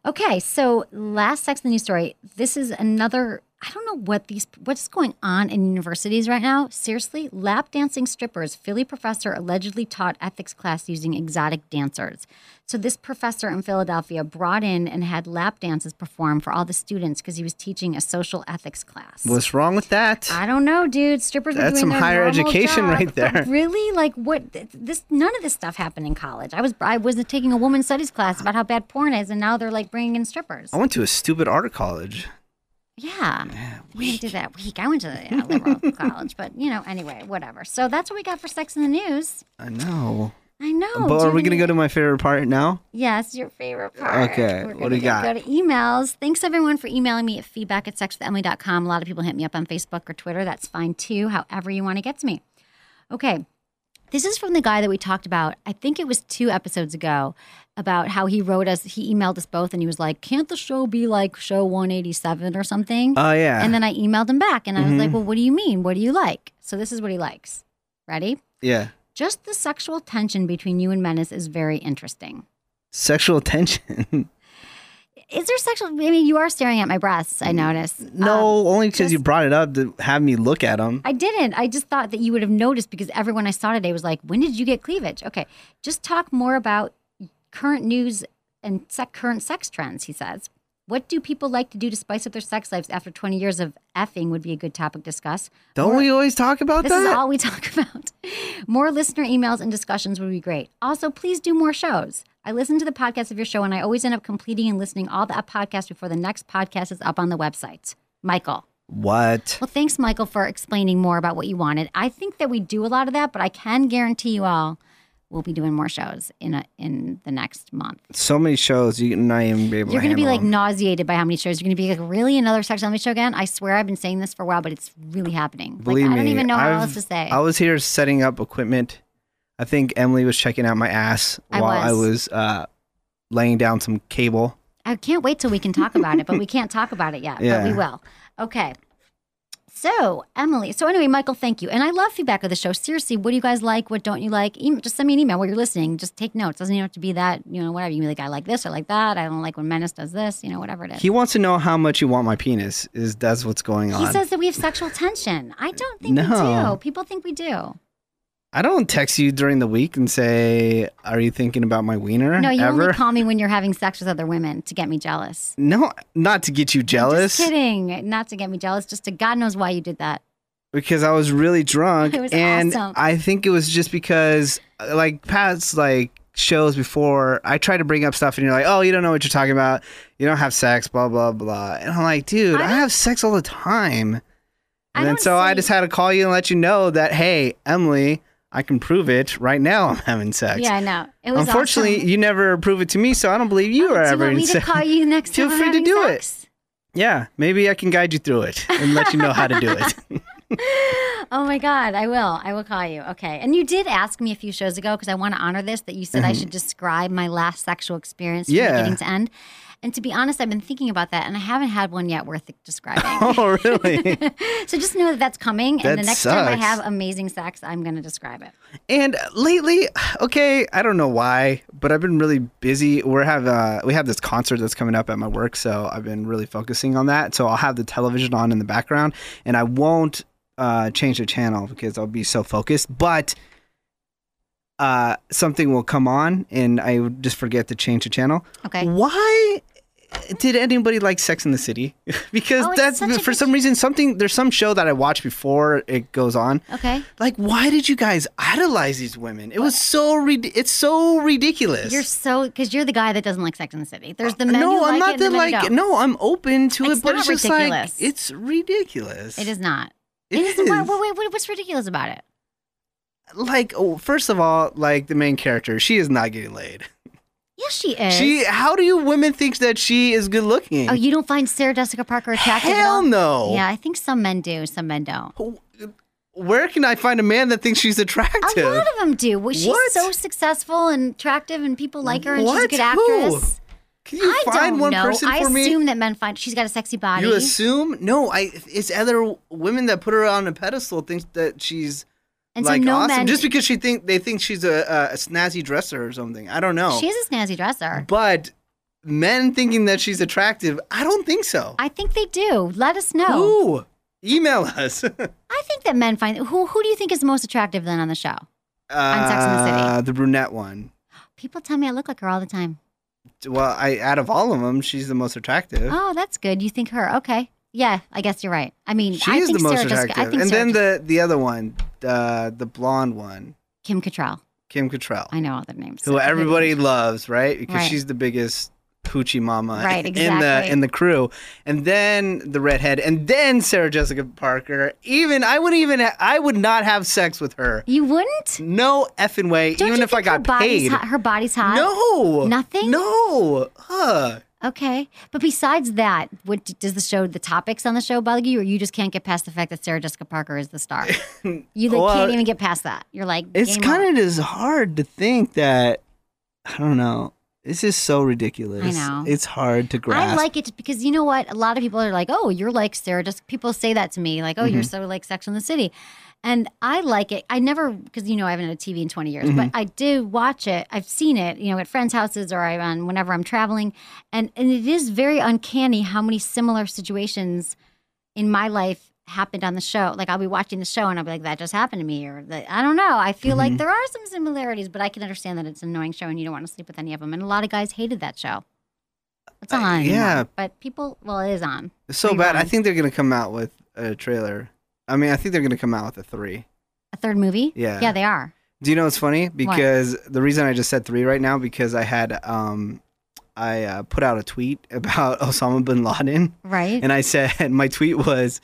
Speaker 2: Okay. So last sex in the news story. This is another. I don't know what these what's going on in universities right now. Seriously, lap dancing strippers. Philly professor allegedly taught ethics class using exotic dancers. So this professor in Philadelphia brought in and had lap dances performed for all the students because he was teaching a social ethics class.
Speaker 3: What's wrong with that?
Speaker 2: I don't know, dude. Strippers. were
Speaker 3: That's
Speaker 2: doing
Speaker 3: some
Speaker 2: their
Speaker 3: higher
Speaker 2: normal
Speaker 3: education
Speaker 2: job.
Speaker 3: right there.
Speaker 2: But [laughs] really, like what? th- This none of this stuff happened in college. I was I was taking a woman's studies class about how bad porn is, and now they're like bringing in strippers.
Speaker 3: I went to a stupid art college.
Speaker 2: Yeah, we did that week. I went to yeah, liberal [laughs] college, but you know, anyway, whatever. So that's what we got for sex in the news.
Speaker 3: I know.
Speaker 2: I know.
Speaker 3: but
Speaker 2: do
Speaker 3: are
Speaker 2: you
Speaker 3: we going to
Speaker 2: have
Speaker 3: go
Speaker 2: any-
Speaker 3: to my favorite part now?
Speaker 2: Yes, your favorite part.
Speaker 3: Okay,
Speaker 2: We're
Speaker 3: what
Speaker 2: gonna
Speaker 3: do you
Speaker 2: go-
Speaker 3: got?
Speaker 2: Go to emails. Thanks everyone for emailing me at feedback at sexwithemily.com. A lot of people hit me up on Facebook or Twitter. That's fine too, however you want to get to me. Okay. This is from the guy that we talked about. I think it was two episodes ago about how he wrote us, he emailed us both and he was like, Can't the show be like show 187 or something?
Speaker 3: Oh, yeah.
Speaker 2: Mm-hmm. and then I emailed him back and I
Speaker 3: Mm-hmm.
Speaker 2: was like, Well, what do you mean? What do you like? So this is what he likes. Ready?
Speaker 3: yeah.
Speaker 2: Just the sexual tension between you and Menace is very interesting.
Speaker 3: Sexual
Speaker 2: Um,
Speaker 3: tension. [laughs]
Speaker 2: Is there sexual? I mean, you are staring at my breasts. I noticed. Um,
Speaker 3: no, only because you
Speaker 2: just-
Speaker 3: brought it up to have me look at them.
Speaker 2: I didn't. I just thought that you would have noticed because everyone I saw today was like, "When did you get cleavage?" Okay, just talk more about current news and sec- current sex trends. He says, "What do people like to do to spice up their sex lives after 20 years of effing?" Would be a good topic to discuss.
Speaker 3: Don't we always talk about
Speaker 2: This
Speaker 3: that?
Speaker 2: is all we [laughs] talk about. More listener emails and discussions would be great. Also, please do more shows. I listen to the podcast of your show and I always end up completing and listening all the podcasts before the next podcast is up on the website. Michael.
Speaker 3: what?
Speaker 2: Well, thanks, Michael, for explaining more about what you wanted. I think that we do a lot of that, but I can guarantee you all we'll be doing more shows in a, in the next month.
Speaker 3: So many shows you not even be able
Speaker 2: You're
Speaker 3: to
Speaker 2: going to be
Speaker 3: handle
Speaker 2: like
Speaker 3: 'em.
Speaker 2: nauseated by how many shows. You're going to be like, really? Another sex on the show again? I swear I've been saying this for a while, but it's really happening.
Speaker 3: Believe
Speaker 2: like, I don't
Speaker 3: me,
Speaker 2: even know how
Speaker 3: I've-
Speaker 2: else to say.
Speaker 3: I was here setting up equipment. I think Emily was checking out my ass
Speaker 2: I
Speaker 3: while I
Speaker 2: was.
Speaker 3: was uh, laying down some cable.
Speaker 2: I can't wait till we can talk about it,
Speaker 3: [laughs]
Speaker 2: but we can't talk about it yet. But we
Speaker 3: Yeah.
Speaker 2: will. Okay. So, Emily. So, anyway, Michael, thank you. And I love feedback of the show. Seriously, what do you guys like? What don't you like? Em just send me an email while you're listening. Just take notes. Doesn't even have to be that, you know, whatever. You can be like, I like this, I like that. I don't like when Menace does this, you know, whatever it is.
Speaker 3: He wants to know how much you want my penis. Is that's what's going on?
Speaker 2: He says that we have sexual tension. I don't think we
Speaker 3: No.
Speaker 2: do. People think we do.
Speaker 3: I don't text you during the week and say, "Are you thinking about my wiener?"
Speaker 2: No, you
Speaker 3: ever?
Speaker 2: only call me when you're having sex with other women to get me jealous.
Speaker 3: no, not to get you jealous.
Speaker 2: Just kidding. Not to get me jealous, just to God knows why you did that.
Speaker 3: because I was really
Speaker 2: [laughs]
Speaker 3: drunk,
Speaker 2: It was
Speaker 3: and
Speaker 2: awesome.
Speaker 3: I think it was just because uh, like Pat's like shows before I try to bring up stuff, and you're like, "Oh, you don't know what you're talking about. You don't have sex, blah blah blah," and I'm like, "Dude,
Speaker 2: I
Speaker 3: I,
Speaker 2: don't-
Speaker 3: have sex all the time,"
Speaker 2: I
Speaker 3: and then
Speaker 2: don't
Speaker 3: so I
Speaker 2: see-
Speaker 3: just had to call you and let you know that, "Hey, Emily, I can prove it right now. I'm having sex."
Speaker 2: Yeah, I know. It was
Speaker 3: Unfortunately,
Speaker 2: awesome.
Speaker 3: you never prove it to me, so I don't believe you
Speaker 2: Oh,
Speaker 3: are
Speaker 2: do you
Speaker 3: ever
Speaker 2: want
Speaker 3: in
Speaker 2: me to
Speaker 3: [laughs] sex.
Speaker 2: call you next
Speaker 3: Feel
Speaker 2: time I'm
Speaker 3: free to
Speaker 2: having
Speaker 3: do it.
Speaker 2: sex?
Speaker 3: Yeah, maybe I can guide you through it and let you know how to
Speaker 2: [laughs]
Speaker 3: do it. [laughs]
Speaker 2: Oh my god, I will. I will call you. Okay. And you did ask me a few shows ago because I want to honor this that you said I should describe my last sexual experience from
Speaker 3: Mm-hmm. Yeah.
Speaker 2: beginning to end. And to be honest, I've been thinking about that and I haven't had one yet worth
Speaker 3: [laughs]
Speaker 2: describing.
Speaker 3: oh, really?
Speaker 2: [laughs] so just know that that's coming and
Speaker 3: That
Speaker 2: the next time I
Speaker 3: sucks.
Speaker 2: have amazing sex, I'm going to describe it.
Speaker 3: And lately, okay, I don't know why, but I've been really busy. We have uh, we have this concert that's coming up at my work, so I've been really focusing on that. So I'll have the television on in the background, and I won't uh, change the channel because I'll be so focused. But uh, something will come on, and I would just forget to change the channel.
Speaker 2: Okay.
Speaker 3: Why did anybody like Sex in the City? [laughs] because
Speaker 2: Oh, it's
Speaker 3: that's
Speaker 2: such a
Speaker 3: for
Speaker 2: good-
Speaker 3: some reason something there's some show that I watch before it goes on.
Speaker 2: Okay.
Speaker 3: Like, why did you guys idolize these women? It was so rid- it's so ridiculous. Uh,
Speaker 2: You're so because you're the guy that doesn't like Sex in the City. There's the men
Speaker 3: no,
Speaker 2: who like
Speaker 3: I'm
Speaker 2: it
Speaker 3: not
Speaker 2: and the
Speaker 3: that
Speaker 2: men who
Speaker 3: like
Speaker 2: don't.
Speaker 3: no, I'm open to
Speaker 2: It's
Speaker 3: it, but
Speaker 2: not
Speaker 3: it's just
Speaker 2: ridiculous.
Speaker 3: like it's ridiculous.
Speaker 2: It is not.
Speaker 3: It
Speaker 2: is. What,
Speaker 3: is.
Speaker 2: what, what, what's ridiculous about it?
Speaker 3: like oh, first of all, like the main character, she is not getting laid.
Speaker 2: Yes, she is.
Speaker 3: She. How do you women think that she is good looking?
Speaker 2: oh, you don't find Sarah Jessica Parker attractive? at
Speaker 3: Hell
Speaker 2: all?
Speaker 3: no.
Speaker 2: Yeah, I think some men do, some men don't.
Speaker 3: Where can I find a man that thinks she's attractive?
Speaker 2: A lot of them do. Well, she's
Speaker 3: What?
Speaker 2: so successful and attractive, and people like her, and she's a
Speaker 3: What?
Speaker 2: good
Speaker 3: Who?
Speaker 2: actress.
Speaker 3: can you
Speaker 2: I
Speaker 3: find
Speaker 2: don't
Speaker 3: one
Speaker 2: know.
Speaker 3: person
Speaker 2: I
Speaker 3: for me?
Speaker 2: assume that men find she's got a sexy body.
Speaker 3: You assume? No, I it's other women that put her on a pedestal think that she's
Speaker 2: and
Speaker 3: like
Speaker 2: so no
Speaker 3: awesome
Speaker 2: men.
Speaker 3: just because she think they think she's a, a snazzy dresser or something. I don't know.
Speaker 2: she is a snazzy dresser.
Speaker 3: but men thinking that she's attractive, I don't think so.
Speaker 2: I think they do. Let us know.
Speaker 3: Ooh, email us. [laughs] on
Speaker 2: I think that men find who who do you think is most attractive then on the show? Sex and the City.
Speaker 3: uh, the brunette one.
Speaker 2: People tell me I look like her all the time.
Speaker 3: Well, I out of all of them, she's the most attractive.
Speaker 2: Oh, that's good. You think her? Okay. Yeah, I guess you're right. I mean,
Speaker 3: she
Speaker 2: I
Speaker 3: is
Speaker 2: think
Speaker 3: the most
Speaker 2: Sarah
Speaker 3: attractive.
Speaker 2: Jessica. I think
Speaker 3: and
Speaker 2: Sarah
Speaker 3: then the the other one, the the blonde one,
Speaker 2: Kim Cattrall.
Speaker 3: Kim Cattrall.
Speaker 2: I know all their names.
Speaker 3: who everybody loves, right? Because
Speaker 2: Right.
Speaker 3: she's the biggest hoochie mama
Speaker 2: Right,
Speaker 3: in the
Speaker 2: exactly.
Speaker 3: in the crew. And then the redhead, and then Sarah Jessica Parker. Even I would even I would not have sex with her.
Speaker 2: You wouldn't?
Speaker 3: No effing way.
Speaker 2: Don't
Speaker 3: even
Speaker 2: you
Speaker 3: if I
Speaker 2: think her
Speaker 3: got
Speaker 2: body's
Speaker 3: paid.
Speaker 2: Hot, her body's hot.
Speaker 3: No.
Speaker 2: Nothing?
Speaker 3: No. Huh.
Speaker 2: Okay. But besides that, what does the show, the topics on the show bug you, or you just can't get past the fact that Sarah Jessica Parker is the
Speaker 3: [laughs]
Speaker 2: star? You like,
Speaker 3: Well,
Speaker 2: can't even get past that. You're like,
Speaker 3: It's kind of just hard to think that I don't know. This is so ridiculous.
Speaker 2: know.
Speaker 3: It's hard to grasp.
Speaker 2: I like it because you know what? A lot of people are like, "Oh, you're like Sarah." Just people say that to me, like, "Oh, you're
Speaker 3: Mm-hmm.
Speaker 2: so like Sex in the City," and I like it. I never because you know I haven't had a TV in 20 years,
Speaker 3: Mm-hmm.
Speaker 2: but I do watch it. I've seen it, you know, at friends' houses or I on whenever I'm traveling, and and it is very uncanny how many similar situations in my life happened on the show. Like I'll be watching the show and I'll be like, "That just happened to me," or that, I don't know. I feel like
Speaker 3: Mm-hmm.
Speaker 2: there are some similarities, but I can understand that it's an annoying show and you don't want to sleep with any of them. And a lot of guys hated that show. It's
Speaker 3: Uh,
Speaker 2: on. anymore,
Speaker 3: yeah.
Speaker 2: But people, well, it is on.
Speaker 3: It's so bad. I
Speaker 2: Rerun.
Speaker 3: think they're gonna come out with a trailer. I mean, I think they're gonna come out with a three.
Speaker 2: A third movie?
Speaker 3: Yeah.
Speaker 2: Yeah, they are.
Speaker 3: Do you know what's funny? Because the reason I just said three right now because I had um, I uh, put out a tweet [laughs] about Osama bin Laden,
Speaker 2: Right?
Speaker 3: and I said [laughs] my tweet was.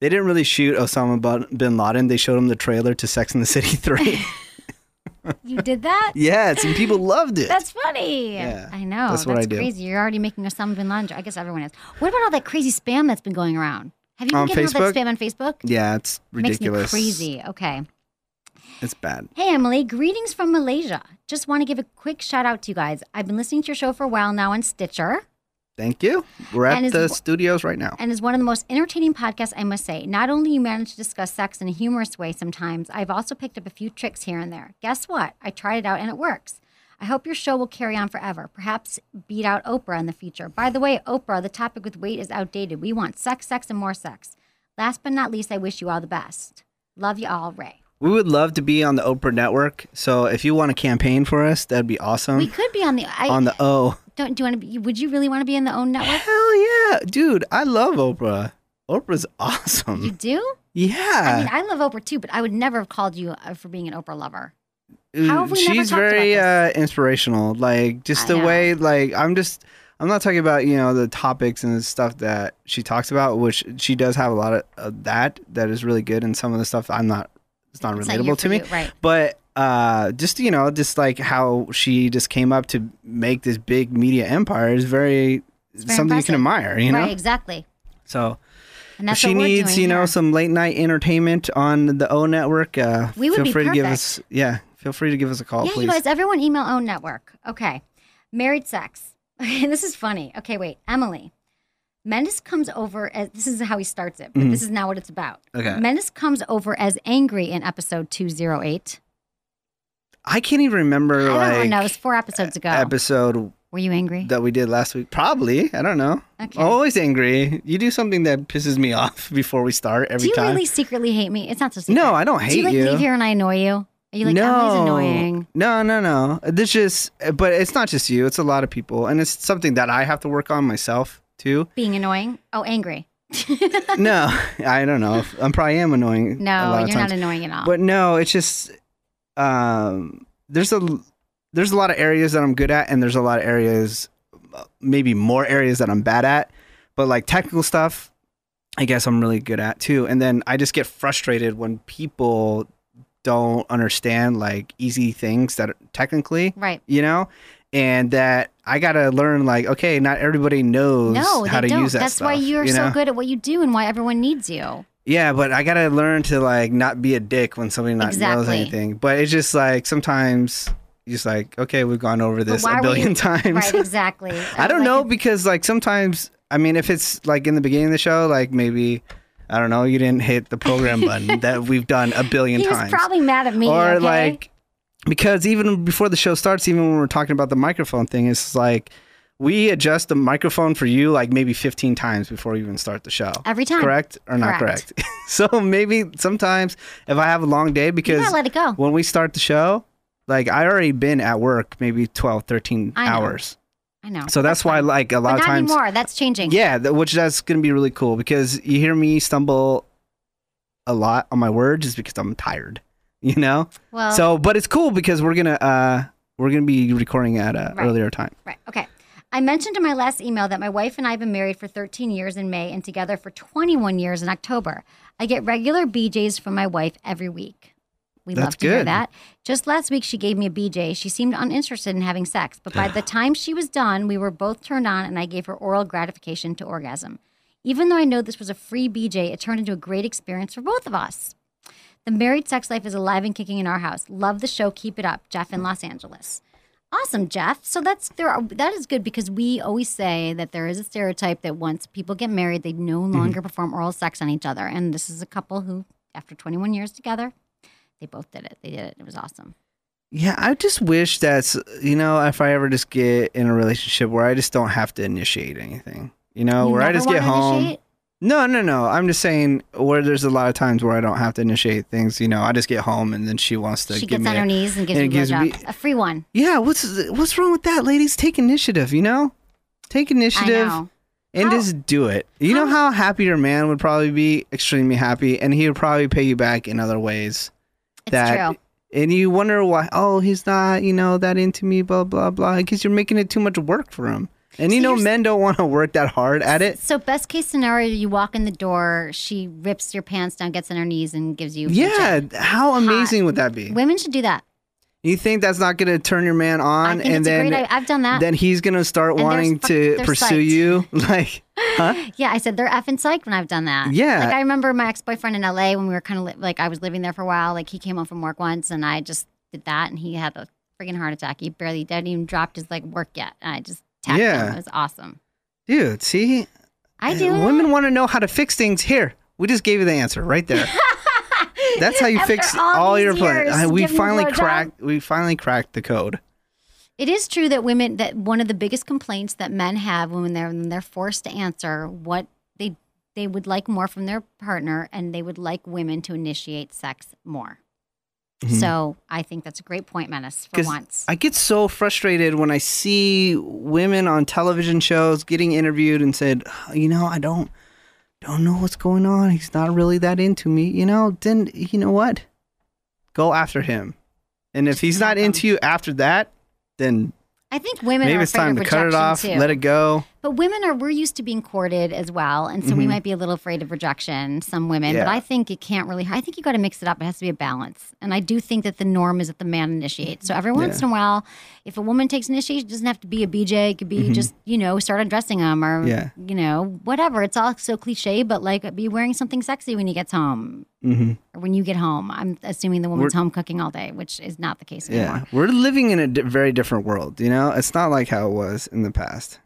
Speaker 3: They didn't really shoot Osama bin- bin Laden. They showed him the trailer to Sex and the City
Speaker 2: [laughs]
Speaker 3: [laughs] 3.
Speaker 2: you did
Speaker 3: [laughs]
Speaker 2: that?
Speaker 3: yes, and people loved it.
Speaker 2: That's funny.
Speaker 3: Yeah,
Speaker 2: I know.
Speaker 3: that's what I do.
Speaker 2: crazy. You're already making Osama bin Laden. I guess everyone is. What about all that crazy spam that's been going around? Have you been
Speaker 3: On
Speaker 2: getting all
Speaker 3: Facebook?
Speaker 2: that spam on Facebook?
Speaker 3: yeah, it's ridiculous.
Speaker 2: Makes me crazy. Okay.
Speaker 3: It's bad.
Speaker 2: Hey, Emily, greetings from Malaysia. Just want to give a quick shout out to you guys. I've been listening to your show for a while now on Stitcher.
Speaker 3: Thank you. We're
Speaker 2: And
Speaker 3: at
Speaker 2: is-
Speaker 3: the studios right now.
Speaker 2: and is one of the most entertaining podcasts, I must say. Not only you manage to discuss sex in a humorous way sometimes, I've also picked up a few tricks here and there. Guess what? I tried it out and it works. I hope your show will carry on forever, perhaps beat out Oprah in the future. By the way, Oprah, the topic with weight is outdated. We want sex, sex, and more sex. Last but not least, I wish you all the best. Love you all, Ray.
Speaker 3: We would love to be on the Oprah Network. So if you want to campaign for us, that'd be awesome.
Speaker 2: We could be on the. I,
Speaker 3: Um, on the O.
Speaker 2: don't do you want to be? Would you really want to be in the own network?
Speaker 3: Hell yeah, dude! I love Oprah. Oprah's [laughs]
Speaker 2: You
Speaker 3: awesome.
Speaker 2: do?
Speaker 3: Yeah,
Speaker 2: I mean, I love Oprah too, but I would never have called you uh, for being an Oprah lover. how have we never
Speaker 3: she's
Speaker 2: talked about
Speaker 3: very
Speaker 2: this?
Speaker 3: uh, inspirational. Like just
Speaker 2: I
Speaker 3: the
Speaker 2: know.
Speaker 3: way, like I'm just, I'm not talking about you know the topics and the stuff that she talks about, which she does have a lot of, of that that is really good, and some of the stuff I'm not, it's not
Speaker 2: It's not
Speaker 3: relatable
Speaker 2: you
Speaker 3: to
Speaker 2: for
Speaker 3: me.
Speaker 2: you, right.
Speaker 3: But uh, just you know, just like how she just came up to make this big media empire is very,
Speaker 2: very
Speaker 3: something you
Speaker 2: impressive.
Speaker 3: can admire. You know,
Speaker 2: Right, exactly.
Speaker 3: so.
Speaker 2: And that's
Speaker 3: she
Speaker 2: what we're
Speaker 3: needs,
Speaker 2: doing
Speaker 3: you know,
Speaker 2: here.
Speaker 3: some late night entertainment on the O Network. Uh,
Speaker 2: We would
Speaker 3: feel
Speaker 2: be
Speaker 3: free to give us, yeah, feel free to give us a call,
Speaker 2: yeah,
Speaker 3: please.
Speaker 2: you guys, everyone email own network. Okay. Married sex. [laughs] Okay, this is funny. Okay, wait. Emily. Mendes comes over as this is how he starts it, but this is not what it's about.
Speaker 3: Mm-hmm. Okay.
Speaker 2: Mendes comes over as angry in episode 208.
Speaker 3: I can't even remember
Speaker 2: I
Speaker 3: like uh,
Speaker 2: don't know. It was four episodes ago.
Speaker 3: episode
Speaker 2: Were you angry?
Speaker 3: that we did last week. Probably, I don't know.
Speaker 2: Okay.
Speaker 3: I'm always angry. You do something that pisses me off [laughs] before we start every
Speaker 2: Do you
Speaker 3: time.
Speaker 2: really secretly hate me? It's not so secret.
Speaker 3: no, I don't hate
Speaker 2: Do you like
Speaker 3: you.
Speaker 2: leave here and I annoy you? Are you like,
Speaker 3: no.
Speaker 2: Emily's annoying?
Speaker 3: No, no, no. This just, but it's not just you. It's a lot of people, and it's something that I have to work on myself too.
Speaker 2: Being annoying? Oh, angry.
Speaker 3: no, I don't know. I'm probably am annoying. a
Speaker 2: No,
Speaker 3: lot
Speaker 2: you're
Speaker 3: of times.
Speaker 2: not annoying at all.
Speaker 3: but no it's just um there's a there's a lot of areas that i'm good at and there's a lot of areas maybe more areas that i'm bad at but like technical stuff i guess i'm really good at too and then i just get frustrated when people don't understand like easy things that are technically
Speaker 2: right.
Speaker 3: you know and that I gotta learn like okay, not everybody knows
Speaker 2: No,
Speaker 3: how to
Speaker 2: they don't.
Speaker 3: use that.
Speaker 2: That's
Speaker 3: stuff,
Speaker 2: why you're
Speaker 3: you
Speaker 2: so
Speaker 3: know?
Speaker 2: good at what you do and why everyone needs you.
Speaker 3: Yeah, but I gotta learn to like not be a dick when somebody not knows
Speaker 2: Exactly.
Speaker 3: anything. But it's just like sometimes you're just like okay, we've gone over
Speaker 2: But
Speaker 3: this
Speaker 2: why
Speaker 3: a
Speaker 2: were
Speaker 3: billion
Speaker 2: you-
Speaker 3: [laughs] times.
Speaker 2: Right, exactly.
Speaker 3: I don't
Speaker 2: Like,
Speaker 3: know because like sometimes I mean if it's like in the beginning of the show like maybe I don't know you didn't hit the program button that we've done a billion
Speaker 2: He was
Speaker 3: times
Speaker 2: probably mad at me.
Speaker 3: or
Speaker 2: okay?
Speaker 3: like because even before the show starts even when we're talking about the microphone thing it's like we adjust the microphone for you like maybe 15 times before we even start the show
Speaker 2: Every time.
Speaker 3: correct or not
Speaker 2: Correct.
Speaker 3: correct [laughs] so maybe sometimes if I have a long day because
Speaker 2: let it go.
Speaker 3: when we start the show like I already been at work maybe 12 13
Speaker 2: I know.
Speaker 3: hours
Speaker 2: I know.
Speaker 3: so that's why, like a
Speaker 2: but
Speaker 3: lot of
Speaker 2: not
Speaker 3: times,
Speaker 2: anymore. That's changing.
Speaker 3: yeah, th- which that's gonna be really cool because you hear me stumble a lot on my words just because I'm tired, [laughs] you know.
Speaker 2: Well,
Speaker 3: so, but it's cool because we're gonna uh we're gonna be recording at a
Speaker 2: Right.
Speaker 3: earlier time.
Speaker 2: Right. Okay. I mentioned in my last email that my wife and I have been married for 13 years in May and together for 21 years in October. I get regular BJs from my wife every week. We
Speaker 3: That's
Speaker 2: love to hear
Speaker 3: good.
Speaker 2: that. Just last week, she gave me a BJ. She seemed uninterested in having sex, but by
Speaker 3: [sighs]
Speaker 2: the time she was done, we were both turned on and I gave her oral gratification to orgasm. Even though I know this was a free BJ, it turned into a great experience for both of us. The married sex life is alive and kicking in our house. Love the show. Keep it up, Jeff in Los Angeles. Awesome, Jeff. So that's there. Are, that is good because we always say that there is a stereotype that once people get married, they no
Speaker 3: Mm-hmm.
Speaker 2: longer perform oral sex on each other. And this is a couple who, after 21 years together, they both did it. They did it. It was awesome.
Speaker 3: Yeah, I just wish that's you know if I ever just get in a relationship where I just don't have to initiate anything, you know,
Speaker 2: You
Speaker 3: where I
Speaker 2: never
Speaker 3: Oh, just get
Speaker 2: wanna
Speaker 3: home.
Speaker 2: initiate?
Speaker 3: No, no, no. I'm just saying where there's a lot of times where I don't have to initiate things. You know, I just get home and then she wants to
Speaker 2: she gets
Speaker 3: give me
Speaker 2: on
Speaker 3: a-
Speaker 2: her knees and gives
Speaker 3: and
Speaker 2: you
Speaker 3: it gives me-
Speaker 2: blowjobs. A free one.
Speaker 3: Yeah, what's what's wrong with that, ladies? Take initiative, you know? Take
Speaker 2: I
Speaker 3: initiative
Speaker 2: know.
Speaker 3: and
Speaker 2: How-
Speaker 3: just do it. You know how happy your man would probably be? Extremely happy, and he would probably pay you back in other ways.
Speaker 2: It's
Speaker 3: that
Speaker 2: true.
Speaker 3: and you wonder why oh he's not, you know, that into me, blah blah blah. Because you're making it too much work for him. And you
Speaker 2: So
Speaker 3: know
Speaker 2: you're s-
Speaker 3: men don't want to work that hard at it.
Speaker 2: So best case scenario, you walk in the door, she rips your pants down, gets on her knees, and gives you. a
Speaker 3: Yeah,
Speaker 2: blowjob.
Speaker 3: how amazing would that be?
Speaker 2: Women should do that.
Speaker 3: You think that's not going to turn your man on,
Speaker 2: I think
Speaker 3: and
Speaker 2: it's a
Speaker 3: then
Speaker 2: great- I- I've done that.
Speaker 3: Then he's going to start
Speaker 2: they're
Speaker 3: wanting
Speaker 2: fu-
Speaker 3: to
Speaker 2: they're
Speaker 3: pursue
Speaker 2: psyched.
Speaker 3: you, [laughs] like, huh?
Speaker 2: Yeah, I said they're effing psyched when I've done that.
Speaker 3: Yeah.
Speaker 2: Like I remember my ex boyfriend in LA when we were kind of li- like I was living there for a while. Like he came home from work once and I just did that and he had a freaking heart attack. He barely didn't even dropped his like work yet. And I just tapped
Speaker 3: Yeah.
Speaker 2: him. It was awesome.
Speaker 3: Dude, see, Uh,
Speaker 2: I do. it.
Speaker 3: Women want to know how to fix things. Here, we just gave you the answer
Speaker 2: [laughs]
Speaker 3: right there. That's how you
Speaker 2: After
Speaker 3: fix
Speaker 2: all these
Speaker 3: your plan.
Speaker 2: years,
Speaker 3: I- We
Speaker 2: give me a
Speaker 3: finally
Speaker 2: blowjob.
Speaker 3: cracked. We finally cracked the code.
Speaker 2: It is true that women that one of the biggest complaints that men have when they're when they're forced to answer what they they would like more from their partner and they would like women to initiate sex more.
Speaker 3: Mm-hmm.
Speaker 2: Mm-hmm. So I think that's a great point, Menace, for once.
Speaker 3: I get so frustrated when I see women on television shows getting interviewed and said, you know, I don't don't know what's going on. He's not really that into me. You know, then you know what? Go after him. And if he's not into you after that, then
Speaker 2: I think women
Speaker 3: maybe
Speaker 2: are
Speaker 3: it's
Speaker 2: afraid
Speaker 3: time
Speaker 2: of
Speaker 3: to cut it
Speaker 2: rejection,
Speaker 3: off,
Speaker 2: too.
Speaker 3: let it go.
Speaker 2: But women are we're used to being courted as well, and so we might be a little afraid of rejection. Some women, but
Speaker 3: Mm-hmm. Yeah.
Speaker 2: I think it can't really. I think you got to mix it up. It has to be a balance, and I do think that the norm is that the man initiates. So every once in a while, if a woman takes initiation, it doesn't have to be a BJ. It could be just you know start undressing him or
Speaker 3: Mm-hmm. Yeah.
Speaker 2: you know whatever. It's all so cliche, but like be wearing something sexy when he gets home. Or when you get home, I'm assuming the woman's home cooking all day, which is not the case anymore.
Speaker 3: Yeah. We're living in a di- very different world, you know? It's not like how it was in the past.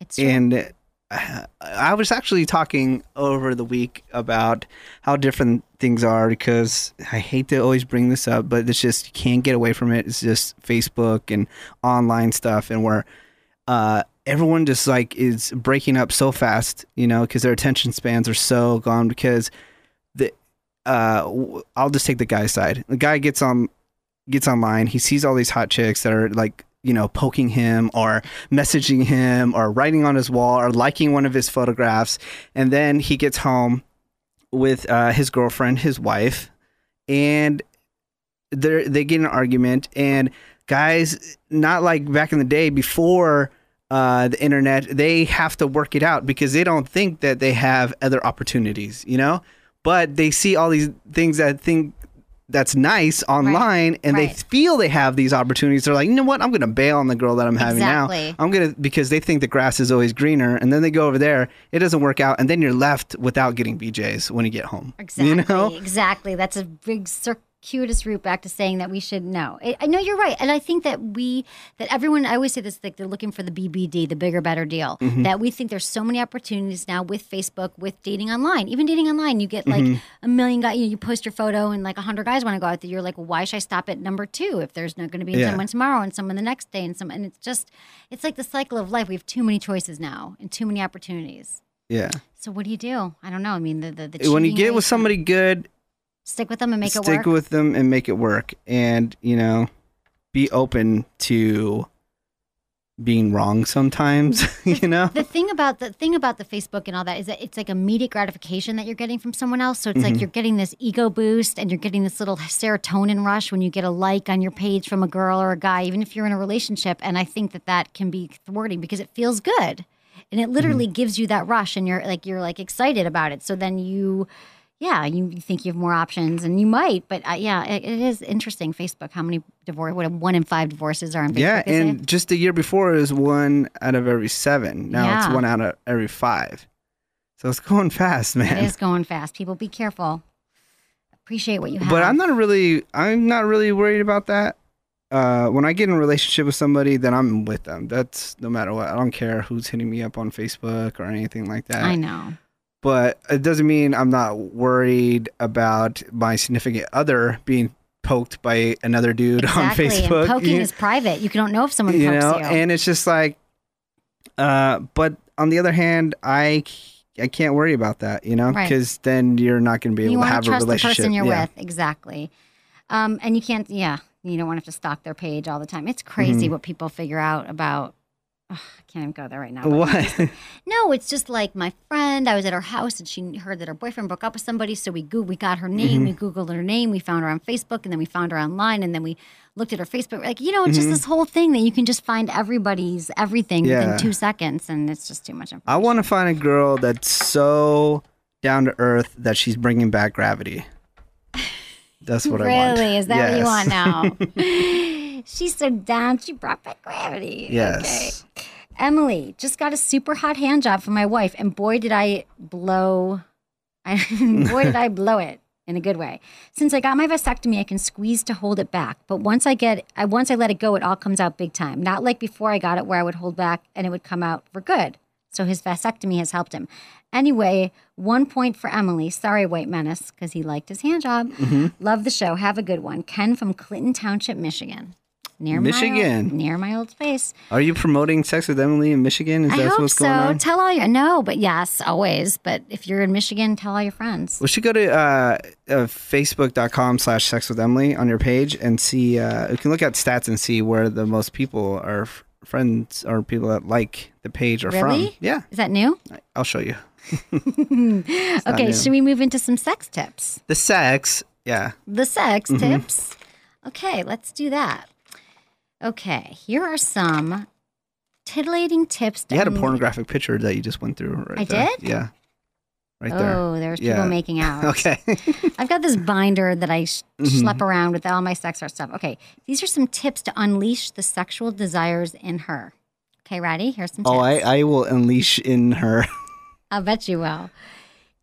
Speaker 2: It's true.
Speaker 3: And uh, I was actually talking over the week about how different things are because I hate to always bring this up, but it's just you can't get away from it. It's just Facebook and online stuff, and where uh, everyone just like is breaking up so fast, you know, because their attention spans are so gone because the uh, w- I'll just take the guy's side. The guy gets on gets online. He sees all these hot chicks that are like you know poking him or messaging him or writing on his wall or liking one of his photographs, and then he gets home with uh, his girlfriend, his wife, and they they get in an argument and guys not like back in the day before uh, the internet they have to work it out because they don't think that they have other opportunities you know but they see all these things that think that's nice online and they
Speaker 2: right.
Speaker 3: feel they have these opportunities they're like you know what i'm gonna bail on the girl that i'm having
Speaker 2: Exactly.
Speaker 3: now i'm gonna because they think the grass is always greener and then they go over there it doesn't work out and then you're left without getting bjs when you get home
Speaker 2: Exactly.
Speaker 3: you know
Speaker 2: Exactly. That's a big circuitous route back to saying that we should know. I, I know you're right, and I think that we that everyone. I always say this like they're looking for the BBD, the bigger better deal.
Speaker 3: Mm-hmm.
Speaker 2: That we think there's so many opportunities now with Facebook, with dating online, even dating online. You get like
Speaker 3: Mm-hmm.
Speaker 2: a million guys. You, know, you post your photo, and like a hundred guys want to go out there. You're like, why should I stop at number two if there's not going to be
Speaker 3: Yeah.
Speaker 2: someone tomorrow and someone the next day and some? And it's just, it's like the cycle of life. We have too many choices now and too many opportunities.
Speaker 3: [laughs] yeah
Speaker 2: So what do you do? I don't know. I mean, the the, the
Speaker 3: when you
Speaker 2: cheating
Speaker 3: get
Speaker 2: rates
Speaker 3: with
Speaker 2: and-
Speaker 3: somebody good
Speaker 2: stick with them and make it work.
Speaker 3: stick with them and make it work and you know be open to being wrong sometimes
Speaker 2: [laughs]
Speaker 3: [laughs] you know
Speaker 2: [laughs] the thing about the thing about the Facebook and all that is that it's like immediate gratification that you're getting from someone else. So it's
Speaker 3: Mm-hmm.
Speaker 2: like you're getting this ego boost and you're getting this little serotonin rush when you get a like on your page from a girl or a guy, even if you're in a relationship. And I think that that can be thwarting because it feels good, and it literally
Speaker 3: Mm-hmm.
Speaker 2: gives you that rush, and you're like you're like excited about it. So then you. Yeah, you think you have more options, and you might, but uh, yeah, it, it is interesting. Facebook, how many divorce? What one in five divorces are on Facebook?
Speaker 3: yeah
Speaker 2: they say?
Speaker 3: and just the year before it was one out of every seven now
Speaker 2: Yeah.
Speaker 3: it's one out of every five so it's [laughs] going fast
Speaker 2: It
Speaker 3: man
Speaker 2: is going fast. People, be careful. Appreciate what you have.
Speaker 3: but i'm not really i'm not really worried about that uh, when i get in a relationship with somebody then i'm with them that's no matter what i don't care who's hitting me up on facebook or anything like that
Speaker 2: I know.
Speaker 3: but it doesn't mean I'm not worried about my significant other being poked by another dude
Speaker 2: Exactly.
Speaker 3: on Facebook.
Speaker 2: and poking
Speaker 3: you,
Speaker 2: is private. You don't know if someone
Speaker 3: you
Speaker 2: pokes
Speaker 3: know,
Speaker 2: you.
Speaker 3: and it's just like, uh, but on the other hand, I c- I can't worry about that, you know,
Speaker 2: Right.
Speaker 3: because then you're not going to be able
Speaker 2: you
Speaker 3: to
Speaker 2: want
Speaker 3: have
Speaker 2: to trust
Speaker 3: a relationship.
Speaker 2: the person you're
Speaker 3: yeah.
Speaker 2: with. Exactly. Um, and you can't, yeah, you don't want to have to stalk their page all the time. It's crazy
Speaker 3: Mm-hmm.
Speaker 2: what people figure out about. Ugh, I can't even go there right now. but-
Speaker 3: [laughs] What?
Speaker 2: No, it's just like my friend. I was at her house and she heard that her boyfriend broke up with somebody. So we go- we got her
Speaker 3: Mm-hmm.
Speaker 2: name, we Googled her name, we found her on Facebook, and then we found her online, and then we looked at her Facebook. Like you know, it's just
Speaker 3: Mm-hmm.
Speaker 2: this whole thing that you can just find everybody's everything
Speaker 3: Yeah.
Speaker 2: within two seconds, and it's just too much information.
Speaker 3: I want to find a girl that's so down to earth that she's bringing back gravity. That's what
Speaker 2: really?
Speaker 3: I want.
Speaker 2: Is that
Speaker 3: yes.
Speaker 2: what you want
Speaker 3: [laughs]
Speaker 2: now? [laughs] She's so down. She brought back gravity. Okay.
Speaker 3: Yes.
Speaker 2: Emily just got a super hot hand job from my wife, and boy did I blow, [laughs] I, boy did I blow it in a good way. Since I got my vasectomy, I can squeeze to hold it back, but once I get, I once I let it go, it all comes out big time. Not like before I got it, where I would hold back and it would come out for good. So his vasectomy has helped him. Anyway, one point for Emily. Sorry, White Menace, because he liked his hand job. Love the show. Have a good one. Ken from Clinton Township, Michigan. Near my old,
Speaker 3: Michigan.
Speaker 2: near my old place.
Speaker 3: Are you promoting Sex with Emily in Michigan? Is
Speaker 2: I
Speaker 3: that
Speaker 2: hope
Speaker 3: what's
Speaker 2: so.
Speaker 3: going on?
Speaker 2: Tell all your no, but yes, always. But if you're in Michigan, tell all your friends.
Speaker 3: Well, you should go to uh, uh, facebook.com slash sex with Emily on your page and see, uh, you can look at stats and see where the most people are f- friends or people that like the page are from.
Speaker 2: Really?
Speaker 3: Yeah,
Speaker 2: Is that new?
Speaker 3: I'll show you.
Speaker 2: okay,
Speaker 3: new.
Speaker 2: should we move into some sex tips?
Speaker 3: The sex, yeah.
Speaker 2: The sex
Speaker 3: Mm-hmm.
Speaker 2: tips. Okay, let's do that. Okay, here are some titillating tips.
Speaker 3: You had a
Speaker 2: on-
Speaker 3: pornographic picture that you just went through
Speaker 2: Um,
Speaker 3: right
Speaker 2: I
Speaker 3: there.
Speaker 2: did?
Speaker 3: Yeah. Right
Speaker 2: Oh,
Speaker 3: there.
Speaker 2: there's
Speaker 3: Yeah.
Speaker 2: people
Speaker 3: [laughs]
Speaker 2: making out. [laughs]
Speaker 3: Okay. Mm-hmm.
Speaker 2: I've got this binder that I sh- schlep around with all my sex art stuff. Okay, these are some tips to unleash the sexual desires in her. Okay, ready? Here's some tips.
Speaker 3: oh, I, I will unleash in her.
Speaker 2: I'll bet you will.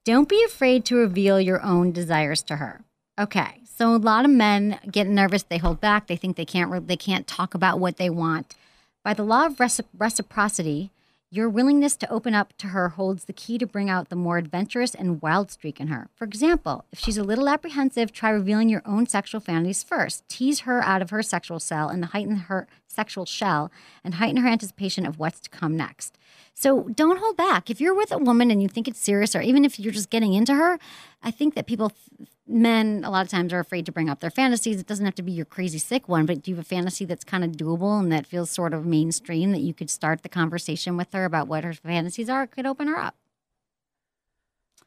Speaker 2: Don't be afraid to reveal your own desires to her. Okay, so a lot of men get nervous. They hold back. They think they can't. Re- they can't talk about what they want. By the law of reci- reciprocity, your willingness to open up to her holds the key to bring out the more adventurous and wild streak in her. For example, if she's a little apprehensive, try revealing your own sexual fantasies first. Tease her out of her sexual cell and heighten her sexual shell and heighten her anticipation of what's to come next. So don't hold back. If you're with a woman and you think it's serious, or even if you're just getting into her, I think that people, men, a lot of times are afraid to bring up their fantasies. It doesn't have to be your crazy sick one, but do you have a fantasy that's kind of doable and that feels sort of mainstream that you could start the conversation with her about what her fantasies are? It could open her up.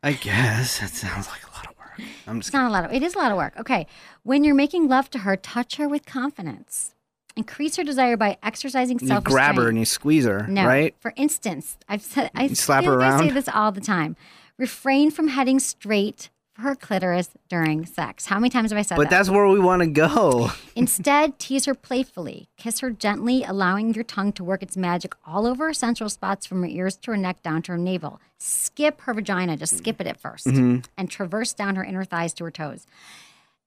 Speaker 3: I guess that sounds like a lot of work. I'm just
Speaker 2: It's not a lot of. It is a lot of work. Okay, when you're making love to her, touch her with confidence. Increase her desire by exercising
Speaker 3: You
Speaker 2: self.
Speaker 3: grab her and you squeeze her,
Speaker 2: No.
Speaker 3: right?
Speaker 2: For instance, I've said I
Speaker 3: You slap
Speaker 2: feel
Speaker 3: her
Speaker 2: like I say
Speaker 3: around?
Speaker 2: this all the time. Refrain from heading straight her clitoris during sex. How many times have I said
Speaker 3: But
Speaker 2: that?
Speaker 3: that's [laughs] where we want to go.
Speaker 2: Instead, tease her playfully, kiss her gently, allowing your tongue to work its magic all over her sensual spots from her ears to her neck down to her navel. Skip her vagina, just skip it at 1st
Speaker 3: Mm-hmm.
Speaker 2: and traverse down her inner thighs to her toes.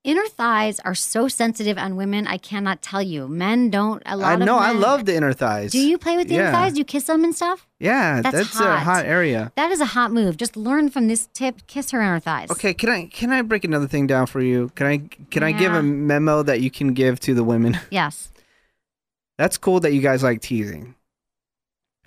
Speaker 2: Inner thighs are so sensitive on women, I cannot tell you. Men don't, a lot
Speaker 3: I
Speaker 2: of
Speaker 3: know. I
Speaker 2: men-
Speaker 3: love the inner thighs.
Speaker 2: Do you play with the
Speaker 3: Yeah.
Speaker 2: inner thighs? Do you kiss them and stuff?
Speaker 3: Yeah, that's,
Speaker 2: That's
Speaker 3: a
Speaker 2: hot.
Speaker 3: hot area.
Speaker 2: That is a hot move. Just learn from this tip. Kiss her inner thighs.
Speaker 3: Okay, can I can I break another thing down for you? Can I can I give
Speaker 2: Yeah.
Speaker 3: a memo that you can give to the women?
Speaker 2: Yes.
Speaker 3: That's cool that you guys like teasing.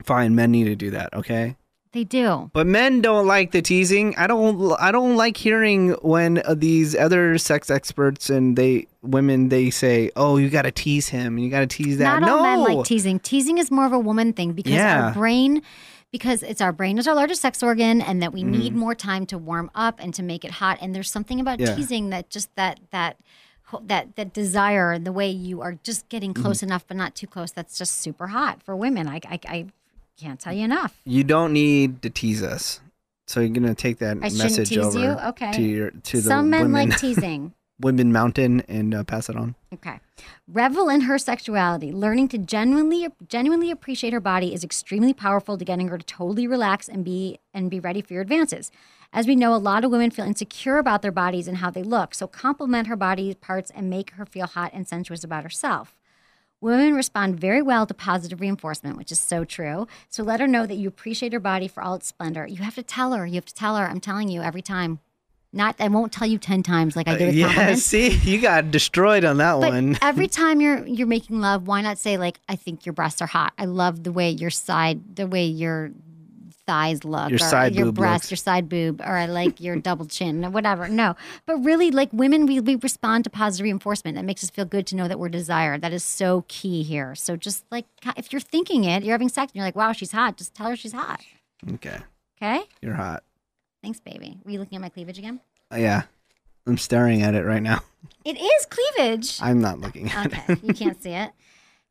Speaker 3: Fine, men need to do that, okay?
Speaker 2: They do.
Speaker 3: But men don't like the teasing. I don't I don't like hearing when uh, these other sex experts and they women they say, "Oh, you got to tease him and you got to tease that."
Speaker 2: Not all
Speaker 3: no.
Speaker 2: men like teasing. Teasing is more of a woman thing because
Speaker 3: Yeah.
Speaker 2: our brain, because it's our brain is our largest sex organ, and that we
Speaker 3: Mm.
Speaker 2: need more time to warm up and to make it hot. And there's something about
Speaker 3: Yeah.
Speaker 2: teasing that just that that ho- that that desire and the way you are just getting
Speaker 3: Mm-hmm.
Speaker 2: close enough but not too close. That's just super hot for women. I I, I can't tell you enough.
Speaker 3: you don't need to tease us. So you're going to take that
Speaker 2: I shouldn't
Speaker 3: message
Speaker 2: tease
Speaker 3: over
Speaker 2: you? Okay.
Speaker 3: to your to the
Speaker 2: Some men
Speaker 3: women, [laughs]
Speaker 2: like teasing.
Speaker 3: women mountain and uh, pass it on.
Speaker 2: Okay. Revel in her sexuality. Learning to genuinely genuinely appreciate her body is extremely powerful to getting her to totally relax and be and be ready for your advances. As we know, a lot of women feel insecure about their bodies and how they look, so compliment her body parts and make her feel hot and sensuous about herself. Women respond very well to positive reinforcement, which is so true. So let her know that you appreciate her body for all its splendor. You have to tell her. You have to tell her. I'm telling you every time. Not I won't tell you ten times like I did with
Speaker 3: [laughs] Yeah,
Speaker 2: compliments.
Speaker 3: see, you got destroyed on that
Speaker 2: But
Speaker 3: one. [laughs]
Speaker 2: every time you're you're making love, why not say like, "I think your breasts are hot. I love the way your side, the way your thighs look,
Speaker 3: Your
Speaker 2: or
Speaker 3: side
Speaker 2: your
Speaker 3: boob
Speaker 2: breast,
Speaker 3: looks."
Speaker 2: your side boob, or I like
Speaker 3: [laughs]
Speaker 2: your double chin, or whatever." No, but really, like women, we we respond to positive reinforcement. That makes us feel good to know that we're desired. That is so key here. So just like if you're thinking it, you're having sex, and you're like, "Wow, she's hot." Just tell her she's hot.
Speaker 3: Okay,
Speaker 2: Okay.
Speaker 3: you're hot.
Speaker 2: Thanks, baby. Were you looking at my cleavage again?
Speaker 3: Uh, Yeah, I'm staring at it right now. [laughs]
Speaker 2: It is cleavage.
Speaker 3: I'm not looking [laughs] at it.
Speaker 2: Okay, you can't see it.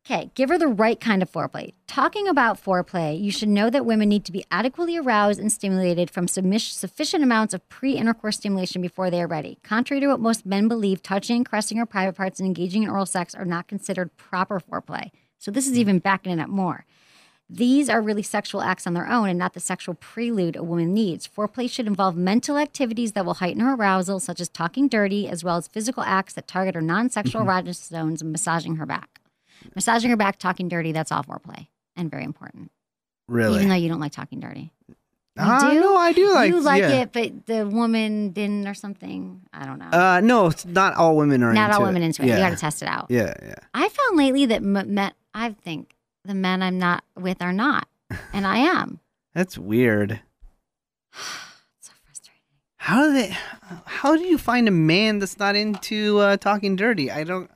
Speaker 2: Okay, give her the right kind of foreplay. Talking about foreplay, you should know that women need to be adequately aroused and stimulated from submis- sufficient amounts of pre intercourse stimulation before they are ready. Contrary to what most men believe, touching and caressing her private parts and engaging in oral sex are not considered proper foreplay. So, this is even backing it up more. These are really sexual acts on their own and not the sexual prelude a woman needs. Foreplay should involve mental activities that will heighten her arousal, such as talking dirty, as well as physical acts that target her non sexual
Speaker 3: Mm-hmm.
Speaker 2: erogenous zones and massaging her back. Massaging her back, talking dirty, that's all foreplay and very important.
Speaker 3: Really?
Speaker 2: Even though you don't like talking dirty. You
Speaker 3: Ah,
Speaker 2: do?
Speaker 3: no, I do like.
Speaker 2: you like
Speaker 3: yeah.
Speaker 2: it, but the woman didn't or something. I don't know.
Speaker 3: Uh, no, it's not all women are.
Speaker 2: not
Speaker 3: into
Speaker 2: all
Speaker 3: it.
Speaker 2: women into it.
Speaker 3: Yeah.
Speaker 2: You got to test it out.
Speaker 3: yeah, yeah.
Speaker 2: I found lately that m- men, I think the men I'm not with are not, and I am.
Speaker 3: That's weird.
Speaker 2: It's so frustrating.
Speaker 3: How do they? How do you find a man that's not into uh, talking dirty? I don't.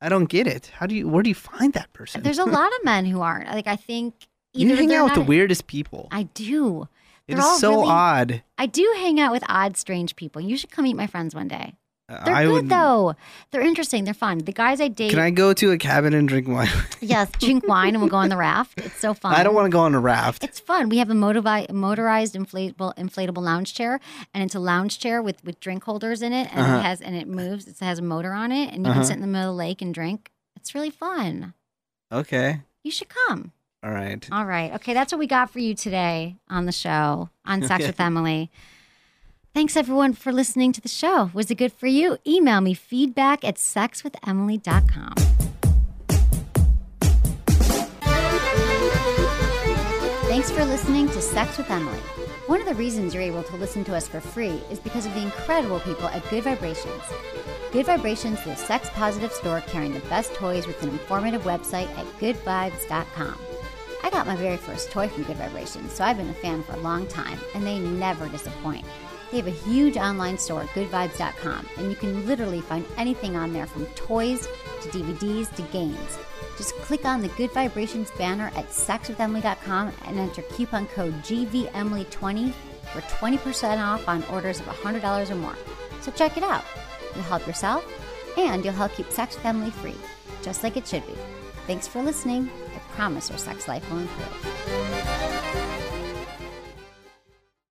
Speaker 3: I don't get it. How do you? Where do you find that person? [laughs]
Speaker 2: There's a lot of men who aren't. Like I think either
Speaker 3: you hang
Speaker 2: they're
Speaker 3: out with the
Speaker 2: not-
Speaker 3: weirdest people.
Speaker 2: I do.
Speaker 3: It
Speaker 2: They're
Speaker 3: is
Speaker 2: all
Speaker 3: so
Speaker 2: really-
Speaker 3: odd.
Speaker 2: I do hang out with odd, strange people. You should come meet my friends one day. They're
Speaker 3: I
Speaker 2: good
Speaker 3: would-
Speaker 2: though. They're interesting. They're fun. The guys I date.
Speaker 3: Can I go to a cabin and drink wine?
Speaker 2: Yes,
Speaker 3: [laughs]
Speaker 2: drink wine and we'll go on the raft. It's so fun.
Speaker 3: I don't want to go on a raft.
Speaker 2: It's fun. We have a motivi- motorized inflatable inflatable lounge chair, and it's a lounge chair with with drink holders in it, and
Speaker 3: Uh-huh.
Speaker 2: it has and it moves. It has a motor on it, and you
Speaker 3: Uh-huh.
Speaker 2: can sit in the middle of the lake and drink. It's really fun.
Speaker 3: Okay.
Speaker 2: You should come.
Speaker 3: All right.
Speaker 2: All right. Okay. That's what we got for you today on the show on Sex
Speaker 3: Okay.
Speaker 2: with Emily. Thanks everyone for listening to the show. Was it good for you? Email me feedback at sexwithemily.com.
Speaker 1: Thanks for listening to Sex with Emily. One of the reasons you're able to listen to us for free is because of the incredible people at Good Vibrations. Good Vibrations is a sex positive store carrying the best toys with an informative website at goodvibes.com. I got my very first toy from Good Vibrations, so I've been a fan for a long time, and they never disappoint. They have a huge online store, goodvibes.com, and you can literally find anything on there from toys to DVDs to games. Just click on the Good Vibrations banner at sexwithemily.com and enter coupon code GVEmily20 for 20% off on orders of $100 or more. So check it out. You'll help yourself and you'll help keep Sex with Emily free, just like it should be. Thanks for listening. I promise your sex life will improve.